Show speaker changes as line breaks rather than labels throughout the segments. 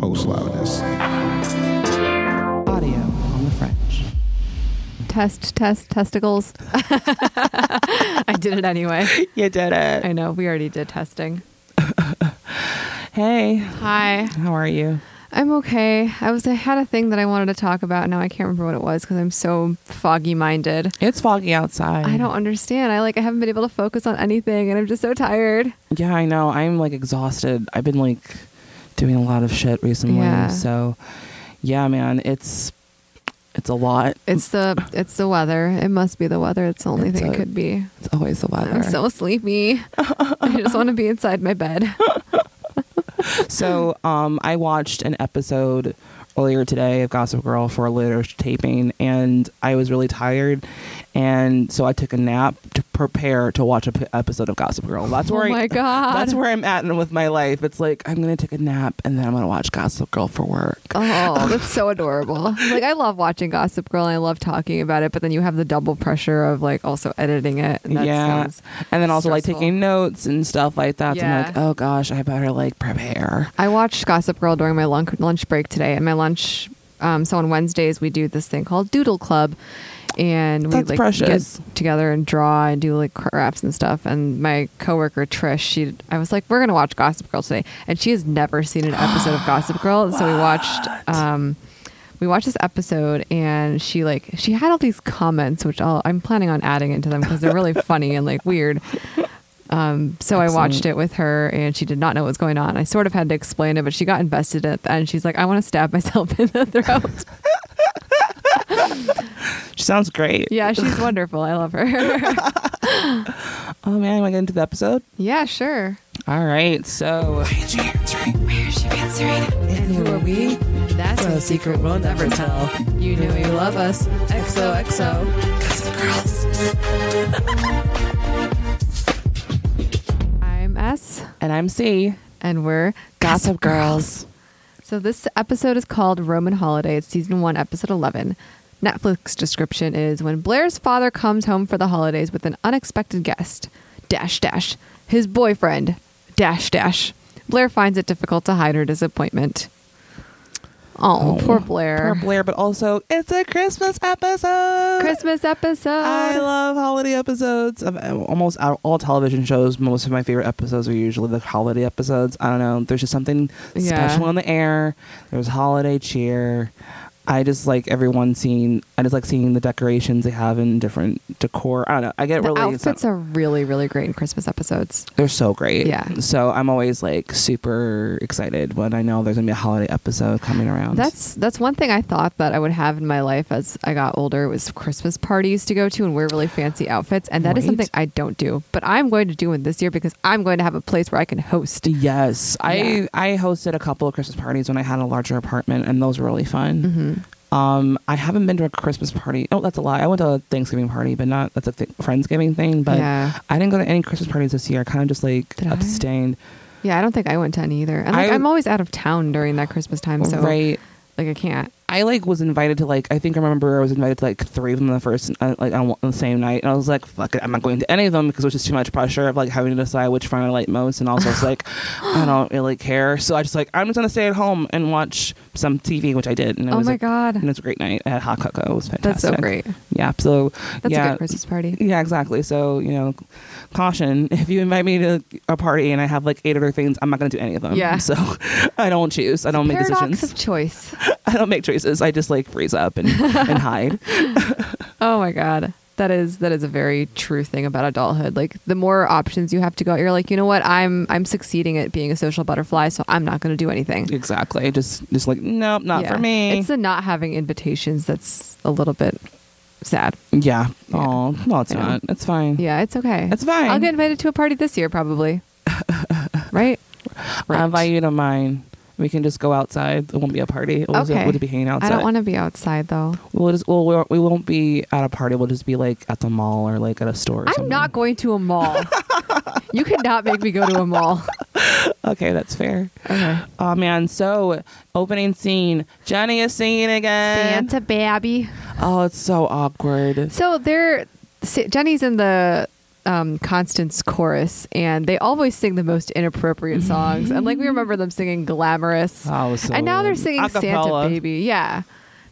post loudness.
Audio on the French.
Test, test, testicles. I did it anyway.
You did it.
I know. We already did testing.
Hey,
Hi.
how are you?
I'm okay. I was I had a thing that I wanted to talk about. Now I can't remember what it was because I'm so foggy minded.
It's foggy outside.
I don't understand. I like I haven't been able to focus on anything and I'm just so tired.
Yeah, I know. I'm like exhausted. I've been like doing a lot of shit recently.
Yeah.
So, yeah, man, it's it's a lot.
It's the it's the weather. It must be the weather. It's the only
It's
thing
a-
it could be.
It's always the weather.
I'm so sleepy. I just want to be inside my bed.
So, um, I watched an episode earlier today of Gossip Girl for a later taping, and I was really tired, and so I took a nap to prepare to watch an episode of Gossip Girl. That's where
Oh
I-
my god.
That's where I'm at in- with my life. It's like I'm gonna take a nap and then I'm gonna watch Gossip Girl for work.
Oh, that's so adorable. Like I love watching Gossip Girl and I love talking about it, but then you have the double pressure of like also editing it. And that
yeah,
sounds
and then also like
stressful.
taking notes and stuff like that. So I'm
Yeah.
like, oh gosh, I better like prepare.
I watched Gossip Girl during my lunch lunch break today, and my lunch. Um, so on Wednesdays we do this thing called Doodle Club, and we
That's
like
precious.
get together and draw and do like crafts and stuff. And my coworker Trish, she, I was like, we're gonna watch Gossip Girl today, and she has never seen an episode of Gossip Girl, and so we watched. Um, we watched this episode and she like she had all these comments which I'll, i'm planning on adding into them because they're really funny and like weird um, so i watched it with her and she did not know what was going on i sort of had to explain it but she got invested at the end she's like i want to stab myself in the throat
She sounds great.
yeah she's wonderful i love her
Oh man, am I getting to the episode?
yeah sure
All right, so
and who are we that's no secret we'll never tell you know you love us xoxo i'm s
and I'm C.
and we're
Gossip Girls.
So this episode is called Roman Holiday. It's season one, episode eleven. Netflix description is when Blair's father comes home for the holidays with an unexpected guest, dash dash, his boyfriend, dash dash. Blair finds it difficult to hide her disappointment. Oh, poor Blair.
Poor Blair, but also it's a Christmas episode.
Christmas episode.
I love holiday episodes of uh, almost all all television shows. Most of my favorite episodes are usually the holiday episodes. I don't know. There's just something
Yeah.
special in the air. There's holiday cheer. I just like everyone seeing. I just like seeing the decorations they have in different decor. I don't know. I get
the
really.
outfits are really, really great in Christmas episodes.
they're so great.
Yeah.
So I'm always like super excited when I know there's gonna be a holiday episode coming around.
That's that's one thing I thought that I would have in my life as I got older was Christmas parties to go to and wear really fancy outfits, and that is
Right.
something I don't do. But I'm going to do one this year because I'm going to have a place where I can host.
Yes,
Yeah.
I I hosted a couple of Christmas parties when I had a larger apartment, and those were really
Mm-hmm.
fun. Um, I haven't been to a Christmas party. Oh, that's a lie. I went to a Thanksgiving party, but not that's a th- Friendsgiving thing. But
Yeah.
I didn't go to any Christmas parties this year. I kind of just like
Did I?
abstained.
Yeah, I don't think I went to any either, and like,
I-
I'm always out of town during that Christmas time, so
right.
like I can't.
I like was invited to like I think I remember I was invited to like three of them the first uh, like on, on the same night and I was like fuck it I'm not going to any of them because it was just too much pressure of like having to decide which friend I like most and also it's like I don't really care so I just like I'm just gonna stay at home and watch some TV which I did and it
Oh
was
my
like,
God.
and it was a great night I had hot cocoa it was fantastic
That's so great.
yeah so
That's
yeah
a good Christmas party.
yeah exactly so you know caution if you invite me to a party and I have like eight other things I'm not gonna do any of them
Yeah.
so I don't choose I don't make
Paradox
decisions
of choice.
I don't make choices. I just like freeze up and, and hide.
Oh my god. That is that is a very true thing about adulthood. Like the more options you have to go, you're like, you know what, I'm I'm succeeding at being a social butterfly, so I'm not gonna do anything.
Exactly. Just just like nope, not
Yeah.
for me.
It's the not having invitations that's a little bit sad.
yeah. Oh no, it's
I know.
not. It's fine.
Yeah, it's okay.
It's fine.
I'll get invited to a party this year, probably. right? Um,
I invite you to mine. We can just go outside. It won't be a party. We'll, just,
Okay.
we'll just be hanging outside.
I don't want to be outside though.
We'll just well we're, we won't be at a party. We'll just be like at the mall or like at a store. Or
I'm
something.
not going to a mall. you cannot make me go to a mall.
Okay, that's fair.
Okay.
Oh man. So opening scene. Jenny is singing again.
Santa baby.
Oh, it's so awkward.
So they're Sa- Jenny's in the um, Constance Chorus, and they always sing the most inappropriate songs. and like we remember them singing "Glamorous,"
Oh, it was so
and now they're
good.
singing
Acapella.
"Santa Baby." Yeah,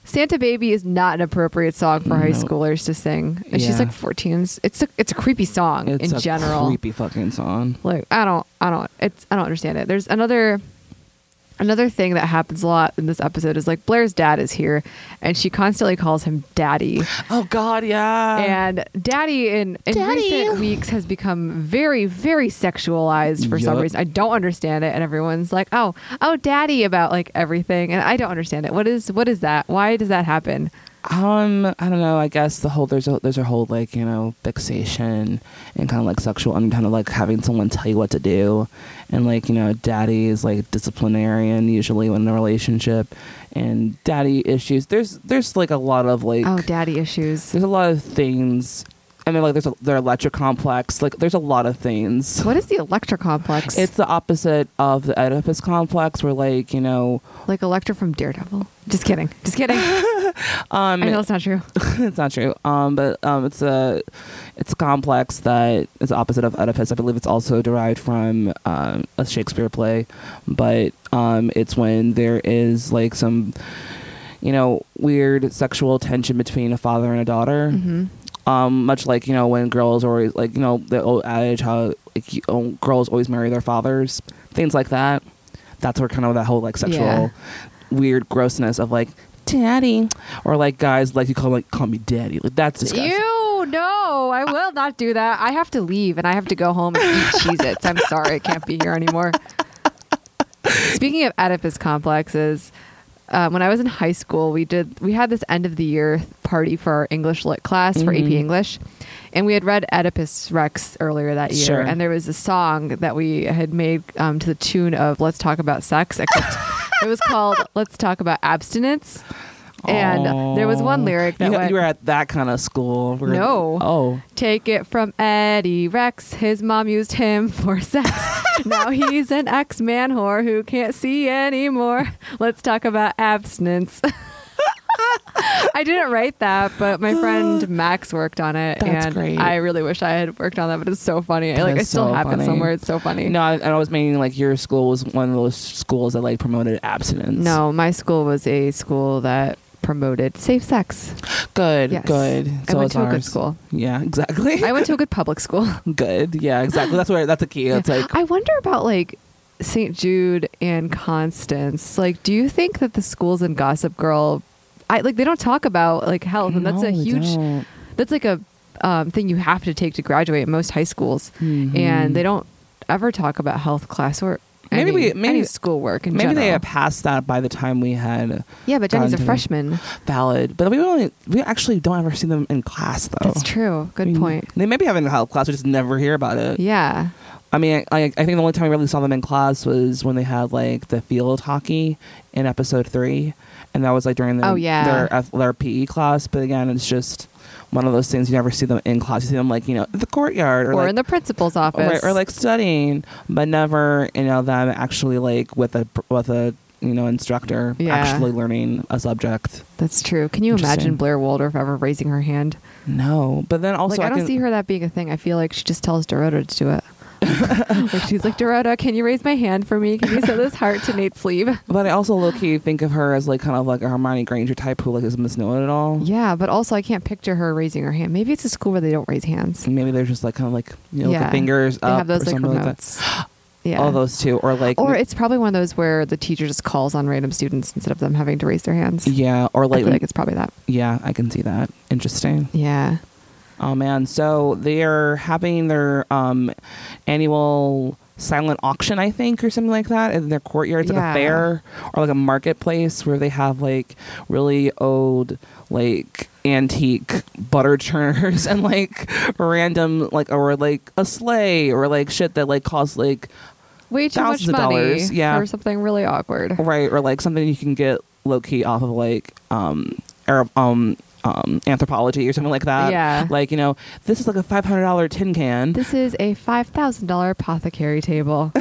"Santa Baby" is not an appropriate song for high
No.
schoolers to sing. And
Yeah.
she's like 14. It's a, it's a creepy song
It's
in
a
general.
creepy fucking song.
Like I don't, I don't. It's I don't understand it. There's another, another thing that happens a lot in this episode is like Blair's dad is here, and she constantly calls him daddy.
Oh God, yeah.
And Um, daddy in, in
Daddy.
recent weeks has become very, very sexualized for some
Yup.
reason. I don't understand it. And everyone's like, oh, oh, daddy about like everything. And I don't understand it. What is, what is that? Why does that happen?
Um, I don't know. I guess the whole there's a there's a whole like you know fixation and kind of like sexual and kind of like having someone tell you what to do, and like you know, daddy is like disciplinarian usually when in a relationship, and daddy issues. There's there's like a lot of like
Oh, daddy issues.
there's a lot of things. I mean, like there's a, their electric complex. Like there's a lot of things.
What is the Electra complex?
It's the opposite of the Oedipus complex, where like you know,
like Electra from Daredevil. Just kidding. Just kidding.
um,
I know it's not true.
it's not true. Um, but um, it's a it's a complex that is the opposite of Oedipus. I believe it's also derived from um, a Shakespeare play, but um, it's when there is like some you know weird sexual tension between a father and a daughter.
hmm
Um, much like you know when girls or like you know the old adage how like you, oh, girls always marry their fathers, things like that. That's where kind of that whole like sexual
Yeah.
weird grossness of like daddy or like guys like you call like call me daddy like that's disgusting.
Ew, no, I will not do that. I have to leave and I have to go home and eat Cheez Its. I'm sorry, I can't be here anymore. Speaking of Oedipus complexes, uh, when I was in high school, we did we had this end of the year party for our English lit class for AP
Mhm.
English, and we had read Oedipus Rex earlier that year,
Sure.
and there was a song that we had made um, to the tune of "Let's Talk About Sex." Except it was called "Let's Talk About Abstinence," and there was one
Aw.
lyric that
you,
went,
you were at that kind of school. Where-
No.
Oh.
Take it from Eddie Rex. His mom used him for sex. now he's an ex man whore who can't see anymore. Let's talk about abstinence. I didn't write that, but my friend Max worked on it,
That's
and
great.
I really wish I had worked on that. But it's so funny. I,
That
like
is
I still
so
have it
funny.
somewhere. It's so funny.
No, I, I was meaning like your school was one of those schools that like promoted abstinence.
no, my school was a school that promoted safe sex.
Good.
Yes.
Good.
I went
is
to a good
ours.
school.
Yeah. Exactly.
I went to a good public school.
good. Yeah. Exactly. That's where. That's a key. It's
Yeah.
like.
I wonder about like St. Jude and Constance. Like, do you think that the schools in Gossip Girl, I like they don't talk about like health, and Oh, that's a
No, we
huge,
don't.
that's like a um, thing you have to take to graduate at most high schools,
Mm-hmm.
and they don't ever talk about health class or
Maybe
any,
we- maybe-
any schoolwork in
Maybe they
general.
had passed that by the time we had
yeah, but Jenny's a
gone to-
freshman.
valid, but we only we actually don't ever see them in class though.
That's true.
I
Good
mean,
point.
They maybe have in health class, we just never hear about it.
Yeah.
I mean, I, I think the only time I really saw them in class was when they had like the field hockey in episode three, and that was like during their
Oh, yeah.
their, ath- their PE class. But again, it's just one of those things you never see them in class. You see them like you know at the courtyard or,
Or,
like,
in the principal's
or,
office.
or, like studying, but never you know them actually like with a with a you know instructor
Yeah.
actually learning a subject.
That's true. Can you
Interesting.
imagine Blair Waldorf ever raising her hand?
No, but then also
like I, don't
can-
see her that being a thing. I feel like she just tells Dorota to do it. like she's like Dorota, can you raise my hand for me? Can you send this heart to Nate's sleeve?
But I also low key think of her as like kind of like a Hermione Granger type who like is Miss Know It All.
Yeah, but also I can't picture her raising her hand. Maybe it's a school where they don't raise hands.
And maybe they're just like kind of like you know
Yeah.
the fingers
They
up
have those
or
like
something like that.
remotes. yeah,
All those two, or like
Or it's probably one of those where the teacher just calls on random students instead of them having to raise their hands.
yeah, or
I
like,
feel like it's probably that.
yeah, I can see that. Interesting.
Yeah.
Oh man, so they're having their um annual silent auction, I think, or something like that, in their courtyard. It's like
Yeah.
a fair or like a marketplace where they have like really old, like antique butter churners and like random like or like a sleigh or like shit that like costs like
Way too
Thousands of
much money
dollars, yeah.
for something really awkward.
right or like something you can get low key off of like um Arab um um anthropology or something like that.
Yeah.
Like, you know, this is like a five hundred dollar tin can.
This is a five thousand dollar apothecary table.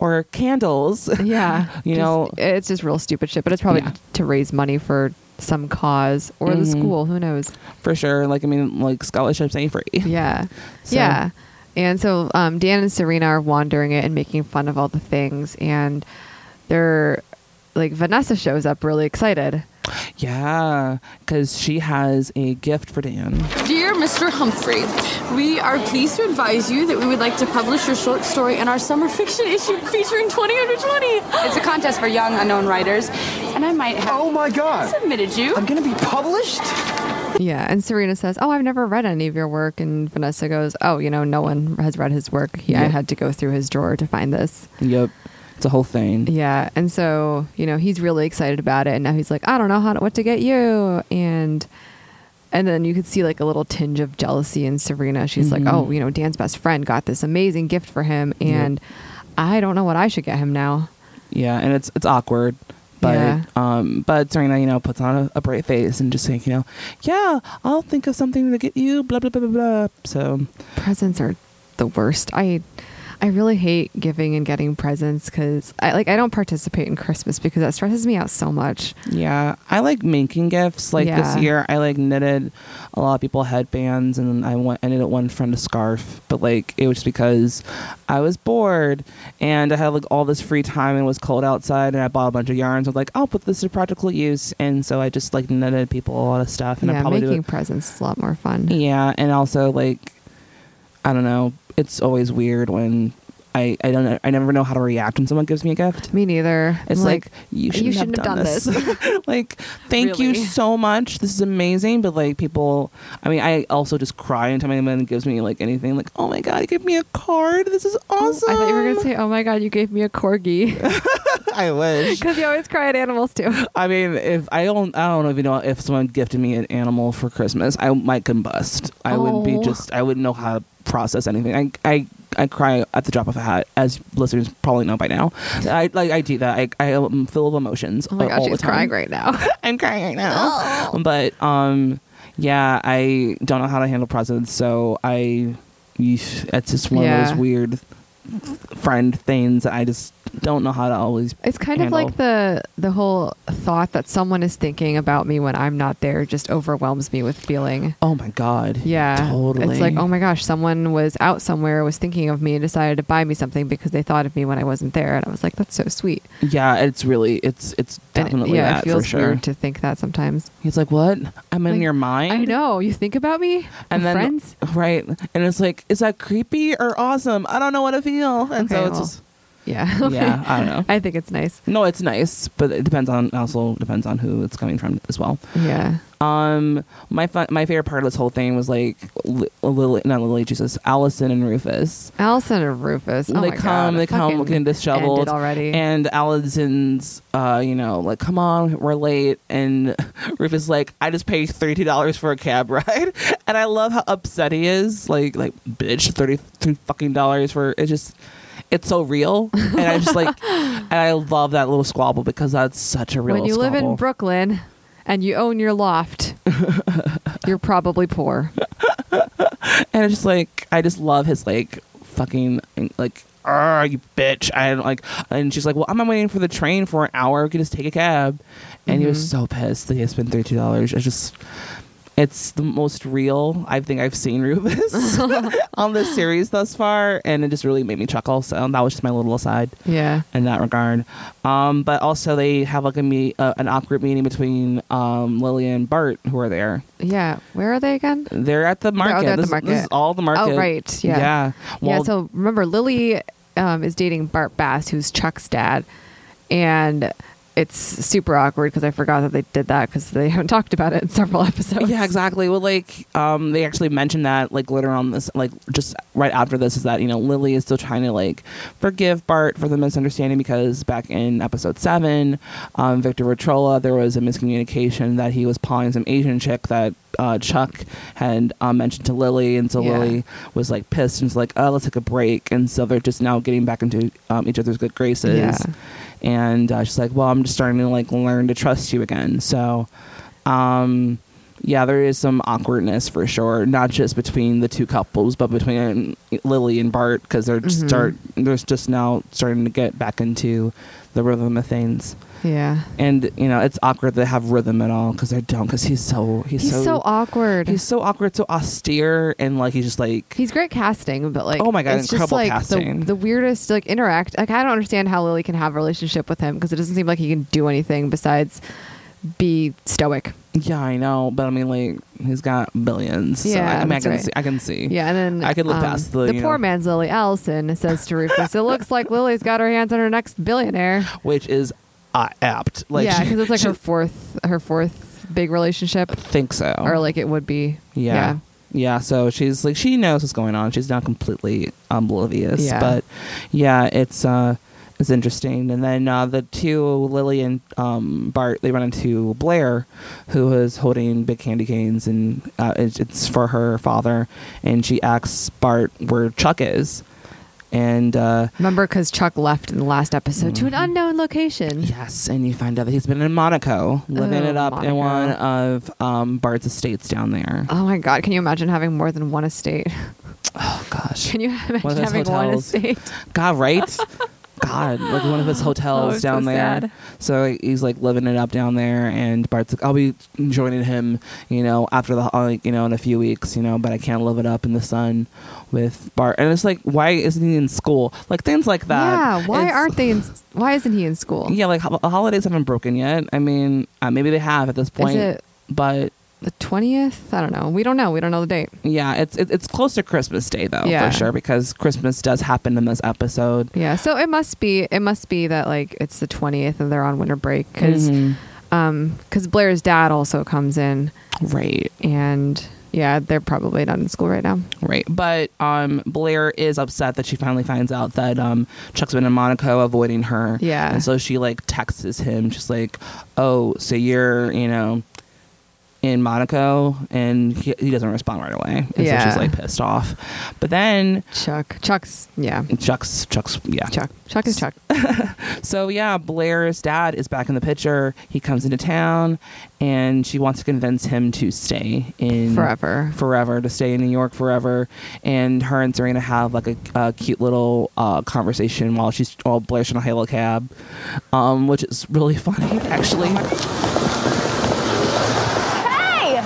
or candles.
Yeah.
You know-
it's just real stupid shit, but it's probably
Yeah. Mm-hmm.
to raise money for some cause or the school. Who knows?
for sure. Like I mean, like scholarships ain't free.
Yeah.
So-
Yeah. And so um, Dan and Serena are wandering it and making fun of all the things. And they're like, Vanessa shows up really excited.
Yeah, because she has a gift for Dan.
Dear Mr. Humphrey, we are pleased to advise you that we would like to publish your short story in our summer fiction issue featuring 20 under 20.
It's a contest for young unknown writers, and I might have
Oh my god!
submitted you.
I'm gonna be published?
Yeah. And Serena says, Oh, I've never read any of your work. And Vanessa goes, Oh, you know, no one has read his work. He, I
Yeah.
had to go through his drawer to find this.
Yep, it's a whole thing.
Yeah. And so, you know, he's really excited about it. And now he's like, I don't know how to, what to get you. And, and then you could see like a little tinge of jealousy in Serena. She's
Mm-hmm.
like, oh, you know, Dan's best friend got this amazing gift for him. And I don't know what I should get him now.
Yeah, and it's it's awkward. But
Yeah.
um, but Serena, you know, puts on a, a bright face and just think, you know, yeah, I'll think of something to get you. Blah blah blah blah blah. So
Presents are the worst. I, I really hate giving and getting presents because I like, I don't participate in Christmas because that stresses me out so much.
yeah, I like making gifts. Like
Yeah.
this year, I like knitted a lot of people headbands, and I went I knitted one friend a scarf. But like it was just because I was bored and I had like all this free time and it was cold outside, and I bought a bunch of yarns. I was like, I'll put this to practical use, and so I just like knitted people a lot of stuff, and I
yeah.
probably do it-
Making presents is a lot more fun.
Yeah, and also like, I don't know. It's always weird when I I don't know, I never know how to react when someone gives me a gift.
Me neither.
It's
I'm
like, you shouldn't, have, done, this. like, thank you
Really.
so much. This is amazing. But like, people, I mean, I also just cry anytime anyone gives me like anything. Like, oh my god, you give me a card. This is awesome.
I thought you were gonna say, "Oh my god, you gave me a corgi,"
I wish.
because you always cry at animals too. Oh
I mean, if I don't, I don't know if you know if someone gifted me an animal for Christmas, I might combust. I wouldn't be
Oh.
just. I wouldn't know how to process anything. I, I, I cry at the drop of a hat, as listeners probably know by now. I like I do that. I, I am full of emotions.
Oh my
uh,
gosh,
all
she's
the time.
crying right now.
I'm crying right now.
Oh.
But um, yeah, I don't know how to handle presents, so I, yeesh, it's just one of
Yeah.
those weird friend things. that I just don't know how to always.
It's kind of like
handle.
the the whole thought that someone is thinking about me when I'm not there just overwhelms me with feeling.
Oh my god.
Yeah,
Totally.
It's like, oh my gosh, someone was out somewhere, was thinking of me, and decided to buy me something because they thought of me when I wasn't there, and I was like, that's so sweet.
Yeah, it's really it's it's
And
definitely
yeah,
that
it feels
for sure.
weird to think that sometimes.
He's like, "What? I'm in
Like,
your mind."
I know you think about me,
And then
friends.
right, and it's like, is that creepy or awesome? I don't know what to feel. And so
Okay,
it's
well,
just
Yeah,
yeah, I don't know.
I think it's nice.
no, it's nice, but it depends on also depends on who it's coming from as well.
Yeah.
Um, my fun, my favorite part of this whole thing was like Li- Lily, not Lily, Jesus, Allison and Rufus.
Allison and Rufus. Oh
they
my
come,
God.
they come
Fucking
looking disheveled
ended already.
And Allison's, uh, you know, like, come on, we're late. And Rufus is like, I just paid thirty dollars for a cab ride, and I love how upset he is. Like, like, bitch, thirty three fucking dollars for it's just, it's so real. And I just like, and I love that little squabble because that's such a real.
when you live in
squabble.
Brooklyn and you own your loft, you're probably poor.
and it's just like I just love his like fucking like ah you bitch I don't like and she's like well I'm not waiting for the train for an hour we could just take a cab and he was so pissed that he had spent thirty dollars it's just it's the most real I think I've seen Rufus on this series thus far and it just really made me chuckle so that was just my little aside
Yeah.
in that regard. Um, but also they have like a meet uh, an awkward meeting between um, Lily and Bart who are there.
Yeah. Where are they again? Oh,
They're at the market.
they're at the
This-
market.
this is all the market.
Oh, right. Yeah.
Yeah.
yeah. So remember, Lily um, is dating Bart Bass, who's Chuck's dad. And it's super awkward because I forgot that they did that because they haven't talked about it in several episodes.
yeah, exactly. Well, like, um, they actually mentioned that like later on this, like just right after this, is that you know Lily is still trying to like forgive Bart for the misunderstanding because back in episode seven, um, Victor Retrola, there was a miscommunication that he was pawning some Asian chick that uh, Chuck had um, mentioned to Lily, and so
Yeah.
Lily was like pissed and was like, "Oh, let's take a break," and so they're just now getting back into um, each other's good graces,
Yeah.
and uh, she's like, "Well, I'm just starting to like learn to trust you again," so. Um, yeah, there is some awkwardness for sure, not just between the two couples, but between Lily and Bart because they're
Mm-hmm.
just start they're just now starting to get back into the rhythm of things.
Yeah.
And you know it's awkward to have rhythm at all because they don't because he's so he's,
He's so, awkward.
he's
He's,
so awkward so austere and like he's just like
great casting, but like,
Oh my God,
it's just
incredible
like
casting.
The, the weirdest like interact. Like I don't understand how Lily can have a relationship with him because it doesn't seem like he can do anything besides be stoic.
Yeah, I know, but I mean, like, he's got billions. so, I,
Yeah,
I mean, I
that's
can
right.
see. I can see.
Yeah, and then
I could look
um,
past the, you know,
poor man's Lily Allison says to Rufus, "It looks like Lily's got her hands on her next billionaire."
which is uh, apt. Like,
yeah,
she-
because it's like
she
her fourth, her fourth big relationship,
think so.
or like it would be.
Oh. yeah. yeah. so she's like she knows what's going on. She's not completely oblivious,
Yeah.
but yeah, it's uh it's interesting. And then uh the two Lily and um Bart they run into Blair who is holding big candy canes and uh, it's, it's for her father and she asks Bart where Chuck is. And uh
Remember, because Chuck left in the last episode to an
Mm-hmm.
unknown location.
Yes, and you find out that he's been in Monaco, living
Oh,
it up in
Monaco.
one of um, Bart's estates down there.
Oh my God! Can you imagine having more than one estate?
Oh gosh,
Can you imagine
those
having one
hotels.
estate?
God, right? God, like one of his hotels
Oh, so
down there.
sad.
So he's like living it up down there, and Bart's like, "I'll be joining him, you know, after the uh, like, you know, in a few weeks, you know, but I can't live it up in the sun with Bart." And it's like, why isn't he in school? Like things like that.
yeah. Why
It's-
aren't they? In, why isn't he in school?
Yeah, like ho- holidays haven't broken yet. I mean, uh, maybe they have at this point,
it-
but
The twentieth? I don't know. We don't know. We don't know the date.
Yeah, it's it, it's close to Christmas Day though
Yeah.
for sure because Christmas does happen in this episode.
Yeah. So it must be. It must be that like it's the twentieth and they're on winter break because
Mhm.
because Blair's dad also comes in
Right,
and yeah, they're probably not in school right now.
right. But um, Blair is upset that she finally finds out that um Chuck's been in Monaco avoiding her.
Yeah.
and so she like texts him just like, "Oh, so you're you know." In Monaco, and he, he doesn't respond right away, and so
Yeah.
she's like pissed off. But then
Chuck. Chuck's. Yeah.
Chuck's Chuck's yeah
Chuck. Chuck is Chuck.
So yeah, Blair's dad is back in the picture. He comes into town, and she wants to convince him to stay in
Forever.
forever to stay in New York forever. And her and Serena have like a, a cute little uh, conversation while she's while Blair's in a halo cab, um, which is really funny actually.
Hey!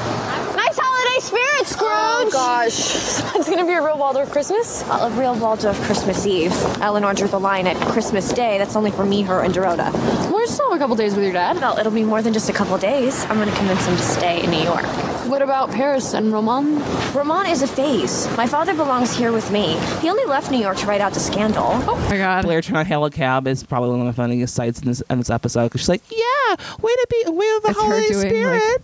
Nice holiday spirit, Scrooge! Oh, gosh.
It's gonna be a real Waldorf Christmas.
A real Waldorf Christmas Eve. Eleanor drew the line at Christmas Day. That's only for me, her, and Dorota.
We're still have a couple days with your dad.
Well, it'll be more than just a couple days. I'm gonna convince him to stay in New York.
What about Paris and Roman?
Ramon is a phase. My father belongs here with me. He only left New York to write out the scandal.
Oh my God.
Blair trying to hail a cab is probably one of the funniest sights in this, in this episode because she's like, "Yeah, way to be, way of the
It's her
Holy
doing, like-
Spirit."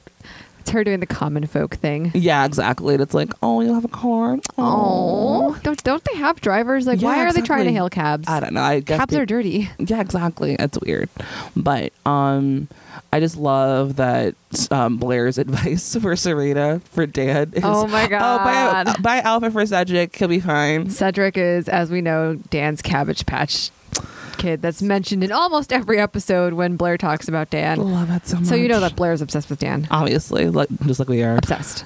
It's her doing the common folk thing.
yeah, exactly. And it's like, "Oh, you'll have a car."
Oh, don't don't they have drivers? Like,
Yeah,
why are they trying to
exactly.
hail cabs?
I don't know. I guess
Cabs
peop-
are dirty.
Yeah, exactly. That's weird. But um I just love that um Blair's advice for Serena for dad is
Oh my God.
Oh, buy, buy Alpha for Cedric, he'll be fine.
Cedric is, as we know, Dan's Cabbage Patch kid that's mentioned in almost every episode when Blair talks about
I
Dan.
love that so much.
So you know that Blair's obsessed with Dan.
obviously, like just like we are.
Obsessed.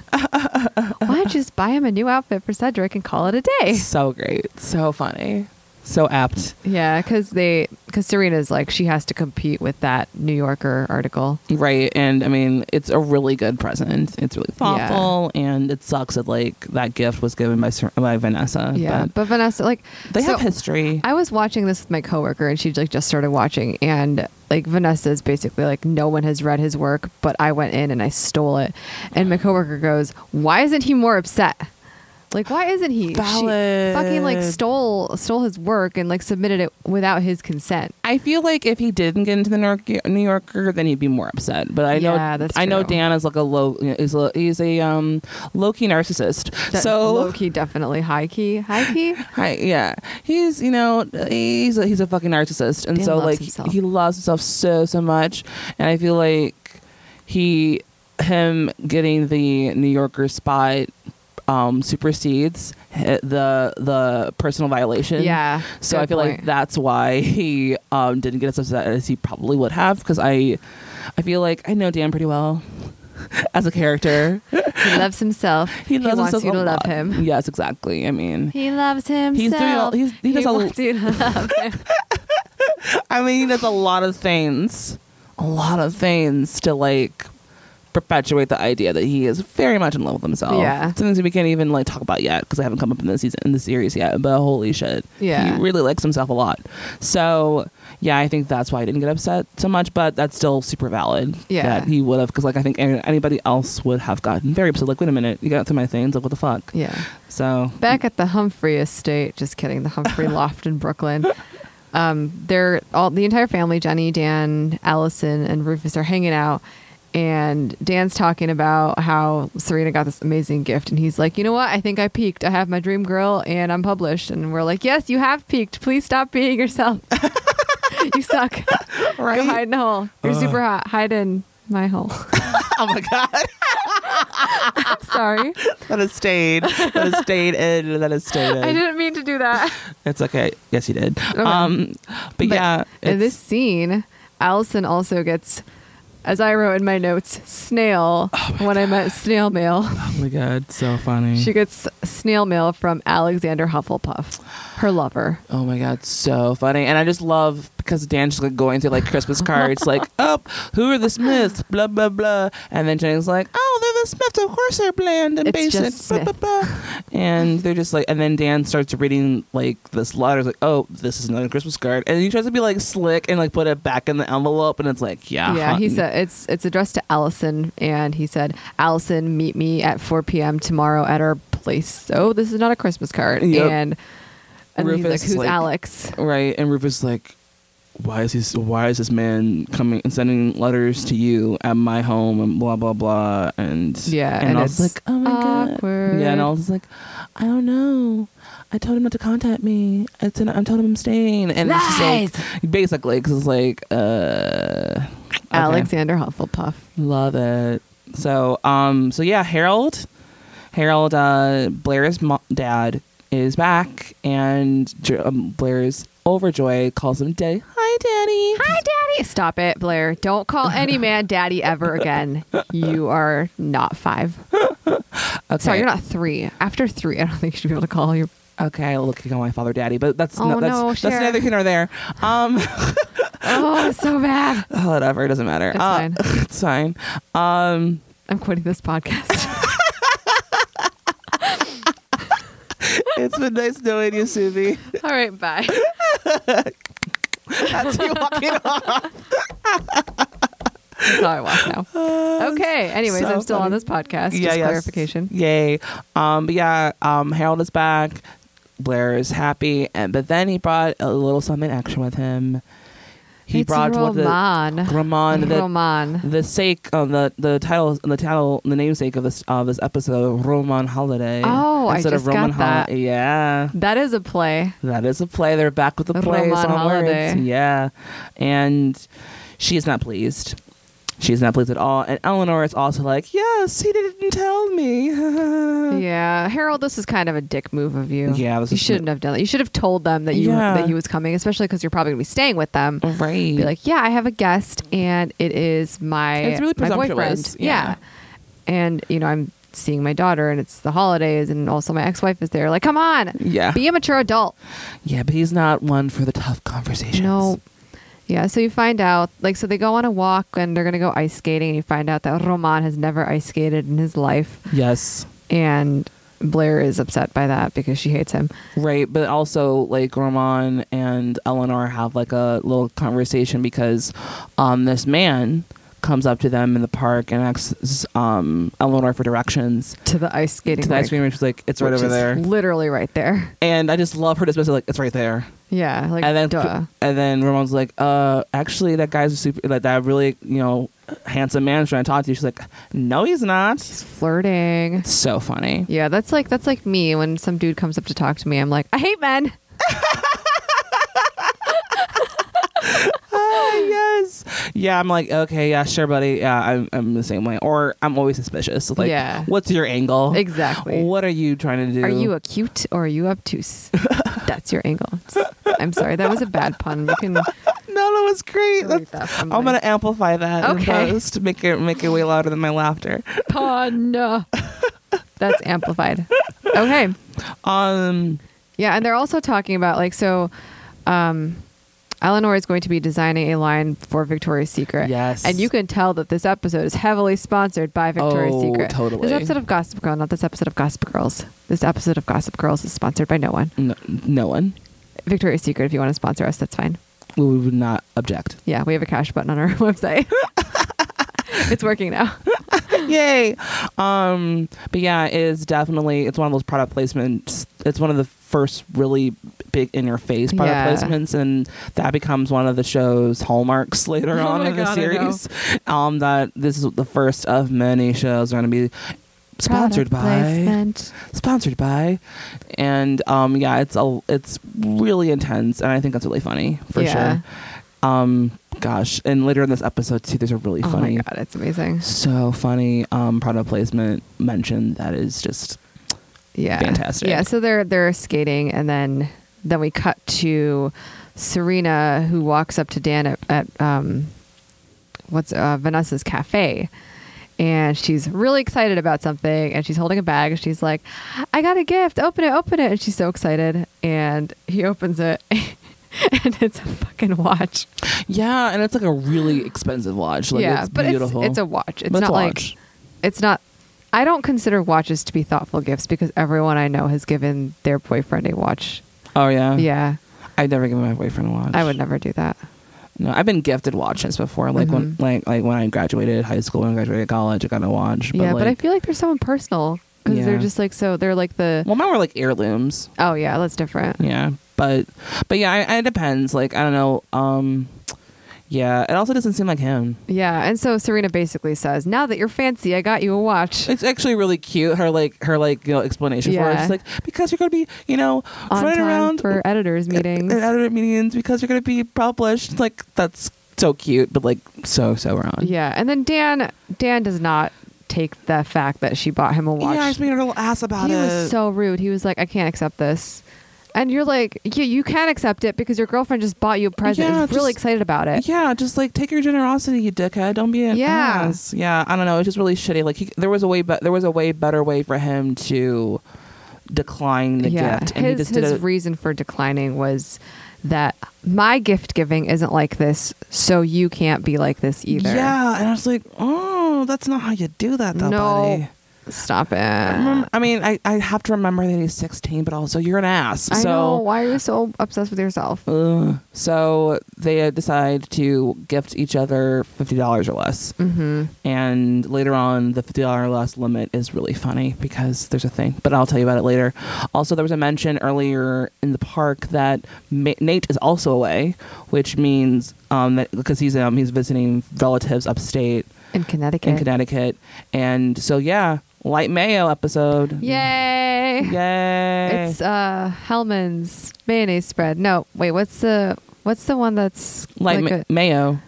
Why not just buy him a new outfit for Cedric and call it a day?
So great. So funny. So apt.
Yeah, because they because Serena's like she has to compete with that New Yorker article.
Right. And I mean, it's a really good present. It's really thoughtful and it sucks that like that gift was given by Ser- by Vanessa.
Yeah, but, Vanessa like
they
so-
have history.
I was watching this with my coworker, and she like just started watching, and like Vanessa is basically like, no one has read his work, but I went in and I stole it, and my coworker goes, why isn't he more upset? Like, why isn't he? She
Valid.
fucking like stole stole his work and like submitted it without his consent.
I feel like if he didn't get into the New York- New Yorker, then he'd be more upset. But I know,
Yeah, that's
I know
true.
Dan is like a low, is a, he's a um, low key narcissist.
That-
so
low key, definitely high key, high key.
Hi, yeah, he's you know he's a, he's a fucking narcissist, and
Dan
so
loves
like
himself.
he loves himself so so much, and I feel like he him getting the New Yorker spot um supersedes hi- the the personal violation
Yeah,
so
good
i feel like
point.
that's why he um didn't get as upset as he probably would have because i i feel like i know dan pretty well as a character.
He loves himself.
He loves
wants
himself
you
a
to love
lot.
him.
Yes, exactly. I mean,
He loves himself.
doing all- he's- he does
he
all-
wants you to love him.
I mean, there's a lot of things, a lot of things to like perpetuate the idea that he is very much in love with himself.
Yeah.
some things we can't even like talk about yet because I haven't come up in the season in the series yet. But holy shit,
Yeah.
he really likes himself a lot. So yeah, I think that's why I didn't get upset so much. But that's still super valid.
Yeah.
that he would have because like I think any- anybody else would have gotten very upset. Like, wait a minute, you got through my things. Like, what the fuck?
Yeah.
So
Back at the Humphrey estate, just kidding, the Humphrey loft in Brooklyn. Um, they're all the entire family, Jenny, Dan, Allison, and Rufus are hanging out. And Dan's talking about how Serena got this amazing gift. And he's like, you know what? I think I peaked. I have my dream girl and I'm published. And we're like, yes, you have peaked. Please stop being yourself. you suck. Go hide in a hole. You're super hot. Hide in my hole.
Uh. oh my god.
Sorry.
That is stayed. That is stayed in. That is stayed in.
I didn't mean to do that.
It's okay. Yes, you did. Um, but,
But
yeah,
in
it's-
this scene, Allison also gets, as I wrote in my notes, snail when I meant snail mail.
oh my god, so funny.
She gets snail mail from Alexander Hufflepuff, her lover.
oh my god, so funny. And I just love because Dan's just like going through like Christmas cards, like, oh, who are the Smiths? Blah blah blah. And then Jenny's like, oh, they're the Smiths. Of course, they're bland and
It's
basic.
just
blah, blah,
Smith.
blah. And they're just like, and then Dan starts reading like this letter, like, oh, this is another Christmas card. And he tries to be like slick and like put it back in the envelope, and it's like, yeah,
Yeah, he
hun.
said it's it's addressed to Allison, and he said, "Allison, meet me at 4 p.m. tomorrow at our place." Oh, this is not a Christmas card,
Yep.
and and he's like,
Rufus is
"Who's
like-
Alex?"
right and rufus is like why is this why is this man coming and sending letters to you at my home and blah blah blah and
Yeah,
and,
and
i was
it's
like oh my god
awkward.
yeah and i was like i don't know i told him not to contact me i said i told him i'm staying and it's just like basically because it's like uh okay.
Alexander Hufflepuff.
Love it. So, um, so yeah, Harold, Harold, uh, Blair's mo- dad is back, and J- um, Blair's overjoyed calls him Daddy. Hi, Daddy.
Hi, Daddy. Stop it, Blair. Don't call any man Daddy ever again. You are not five.
Okay.
Sorry, you're not three. After three, I don't think you should be able to call your.
Okay, I look to call my father Daddy, but that's
Oh,
no, that's
no,
that's
Cher.
neither here nor there. Um,
Oh, it's so bad.
whatever, it doesn't matter.
It's
Uh,
fine.
it's fine. Um,
I'm quitting this podcast.
it's been nice knowing you, Suvi.
All right, bye.
That's you walking off.
That's how I walk now. Okay. Anyways,
Uh, so
I'm still on
funny.
this podcast.
yeah,
Just
yes.
clarification.
Yay. Um, but yeah, um, Harold is back. Blair is happy, and but then he brought a little something extra with him. He
It's
brought what the
Roman.
Roman, the,
Roman.
the sake on the the title, the title, the namesake of this of this episode, Roman Holiday.
Oh, I just got that.
Holiday. Yeah,
That is a play.
that is a play. They're back with the play.
Roman
on
Holiday.
Words. Yeah, and she is not pleased. She's not pleased at all. And Eleanor is also like, "Yes, he didn't tell me."
Yeah, Harold, this is kind of a dick move of you.
Mm. Yeah, this
you
is-
shouldn't have done that. You should have told them that you
Yeah. Mm.
that he was coming, especially because you're probably gonna be staying with them.
Right.
Be like, yeah, I have a guest, and it is my
It's really
my boyfriend.
presumptuous, yeah.
and you know I'm seeing my daughter, and it's the holidays, and also my ex-wife is there. Like, come on,
Yeah.
be a mature adult.
yeah, but he's not one for the tough conversations.
No. Yeah, so you find out, like, so they go on a walk and they're going to go ice skating, and you find out that Roman has never ice skated in his life.
Yes.
And Blair is upset by that because she hates him.
Right, but also like Roman and Eleanor have like a little conversation because um this man comes up to them in the park and asks um Eleanor for directions
to the ice skating
to the ice
rink,
cream and she's like, It's right
which
over
is
there.
literally right there.
and I just love her dismissal like it's right there.
Yeah, like
and then
duh.
and then Ramon's like, uh, actually that guy's a super like that really, you know, handsome man's trying to talk to you. She's like, No, he's not.
flirting.
So funny.
Yeah, that's like that's like me when some dude comes up to talk to me. I'm like, I hate men.
yes. Yeah, I'm like, okay, yeah, sure, buddy. Yeah, I'm, I'm the same way. Or I'm always suspicious. Like,
Yeah.
what's your angle?
Exactly.
What are you trying to do?
Are you acute or are you obtuse? that's your angle. I'm sorry, that was a bad pun. You can
no, thought it was great.
Delete
That's-
that from
I'm
my-
gonna amplify that
Okay.
in post, make it make it way louder than my laughter.
Pun. That's amplified. Okay.
Um,
Yeah, and they're also talking about like so um Eleanor is going to be designing a line for Victoria's Secret.
Yes.
And you can tell that this episode is heavily sponsored by Victoria's
Oh,
Secret.
totally.
This episode of Gossip Girl, not this episode of Gossip Girls. This episode of Gossip Girls is sponsored by no one.
no, no one.
Victoria's Secret, if you want to sponsor us, that's fine.
We would not object.
Yeah, we have a cash button on our website. it's working now.
Yay. Um, but yeah, it is definitely it's one of those product placements. It's one of the first really big in your face product
Yeah.
placements and that becomes one of the show's hallmarks later
Oh
on
my
in the
God, I know.
series. Um that this is the first of many shows going to be sponsored
Product
by
placement.
sponsored by and um yeah it's a it's really intense and i think that's really funny for
Yeah.
sure um gosh and later in this episode too there's a really
Oh my
funny
god, it's amazing.
so funny um product placement mention that is just
yeah
Fantastic.
yeah so they're they're skating and then then we cut to serena who walks up to dan at, at um what's uh, vanessa's cafe and she's really excited about something and she's holding a bag and she's like i got a gift open it open it and she's so excited and he opens it and it's a fucking watch
yeah and it's like a really expensive watch like
yeah
it's
but
beautiful
It's, it's a watch it's
But
not
a
like
watch.
it's not i don't consider watches to be thoughtful gifts because everyone i know has given their boyfriend a watch
oh yeah
yeah
i'd never give my boyfriend a watch
i would never do that
no i've been gifted watches before like when
Mm-hmm.
like like when i graduated high school when i graduated college i got a watch
yeah
like,
but i feel like they're so impersonal because they're
Yeah.
just like so they're like the
well mine were like heirlooms
oh yeah that's different
yeah but but yeah I, I- it depends like i don't know um yeah it also doesn't seem like him
yeah and so serena basically says now that you're fancy i got you a watch
it's actually really cute her like her like you know explanation for it
Yeah.
it's like because you're gonna be you know
on
running
time
around
for editors meetings
at editor meetings because you're gonna be published like that's so cute but like so so wrong
yeah and then dan dan does not take the fact that she bought him a watch
yeah i just made a little ass about
he
it
was so rude. He was like, "I can't accept this," and you're like, "Yeah, you can accept it because your girlfriend just bought you a present.
Yeah,
and is really
just-
excited about it."
yeah, just like take your generosity, you dickhead. Don't be an
Yeah.
ass. Yeah, I don't know. It's just really shitty. Like he, there was a way, but there was a way better way for him to decline the
Yeah.
gift, and he
his
just did
his
it.
reason for declining was that my gift giving isn't like this, so you can't be like this either.
yeah, and I was like, oh, that's not how you do that, though,
no,
buddy.
stop it.
Remember- I mean, I, I have to remember that he's 16, but also you're an ass.
I
so
know. Why are you so obsessed with yourself?
Ugh. So they uh, decide to gift each other fifty dollars or less, mm-hmm. and later on, the fifty dollar or less limit is really funny because there's a thing. But I'll tell you about it later. Also, there was a mention earlier in the park that Ma- Nate is also away, which means um, that because he's um, he's visiting relatives upstate
In Connecticut.
in Connecticut, and so yeah, light mayo episode.
Yay!
Yay!
It's uh Hellman's mayonnaise spread. No, wait, what's the what's the one that's
light
like
ma-
a-
mayo.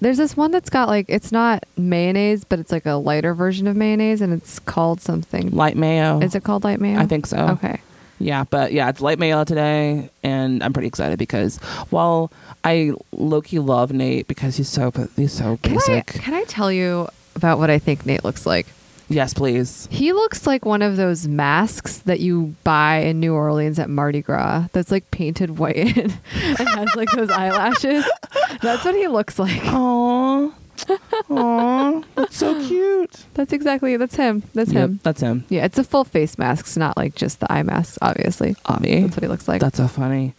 There's this one that's got like it's not mayonnaise, but it's like a lighter version of mayonnaise, and it's called something.
Light mayo.
Is it called light mayo?
I think so.
Okay.
Yeah, but yeah, it's light mail today, and I'm pretty excited because while I low key love Nate because he's so he's so
Can I,
basic.
can I tell you about what I think Nate looks like?
yes, please.
He looks like one of those masks that you buy in New Orleans at Mardi Gras. That's like painted white and has like those eyelashes. That's what he looks like.
Oh. Aww, aww, that's so cute.
That's exactly that's him. That's
Yep,
him.
that's him.
Yeah, it's a full face mask, it's not like just the eye mask, obviously.
Avi.
That's what he looks like.
Oh. That's so funny.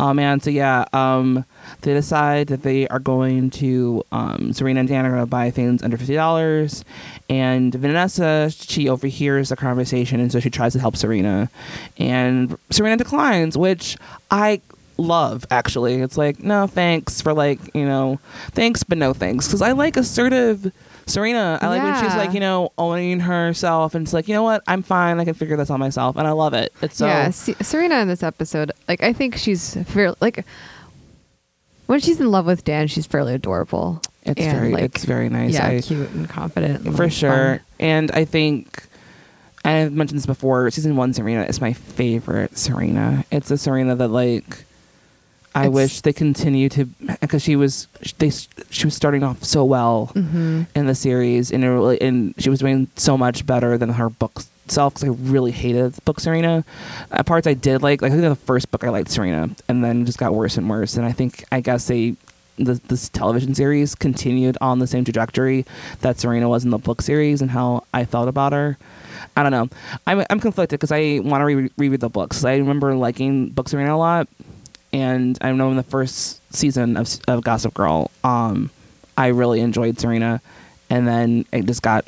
Oh man, so yeah, um, they decide that they are going to um, Serena and Dan are going to buy things under fifty dollars, and Vanessa she overhears the conversation and so she tries to help Serena, and Serena declines, which I love actually. It's like no thanks for like you know thanks but no thanks because I like assertive. Serena, I like when she's
Yeah.
like, you know, owning herself and it's like, you know what, I'm fine, I can figure this out myself and I love it. It's so
yeah, Se- Serena in this episode, like I think she's fair, like when she's in love with Dan, she's fairly adorable.
It's
and,
very-
like,
it's very nice.
Yeah,
I-
cute and confident, and,
for
like,
sure.
fun.
And I think and I've mentioned this before. Season one Serena is my favorite Serena. It's a Serena that like I
It's-
wish they continue to because she was they she was starting off so well in the series and it really and she was doing so much better than her book self because I really hated the book Serena. At parts I did like like I think the first book I liked Serena and then it just got worse and worse and I think I guess they the, this television series continued on the same trajectory that Serena was in the book series and how I felt about her. I don't know. I'm I'm conflicted because I want to re- reread the books. I remember liking book Serena a lot, and I know in the first season of of Gossip Girl, um, I really enjoyed Serena, and then it just got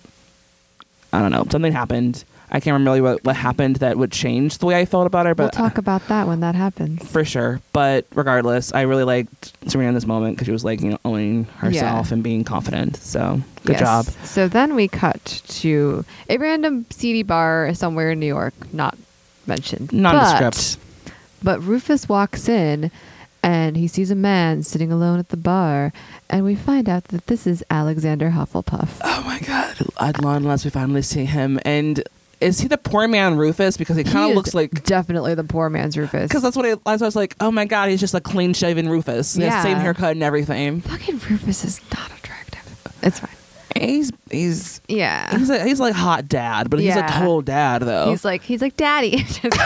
I don't know something happened. I can't remember really what, what happened that would change the way I felt about her,
we'll
but
talk about that when that happens.
for sure. But regardless, I really liked Serena in this moment because she was like you know owning herself
Yeah.
and being confident. So good
Yes.
job.
So then we cut to a random CD bar somewhere in New York, not mentioned.
Nondescript.
But, but Rufus walks in and he sees a man sitting alone at the bar, and we find out that this is Alexander Hufflepuff.
Oh my god, I'd long unless we finally see him. And is he the poor man Rufus? Because he kind
He
of
is
looks like
definitely the poor man's Rufus.
because that's what I, that's what I was like. Oh my god, he's just a clean shaven Rufus. He has
Yeah.
same haircut and everything.
fucking Rufus is not attractive. It's fine.
He's he's
Yeah.
he's a, he's like hot dad, but he's
Yeah.
a total dad though.
He's like he's like daddy. Just kidding.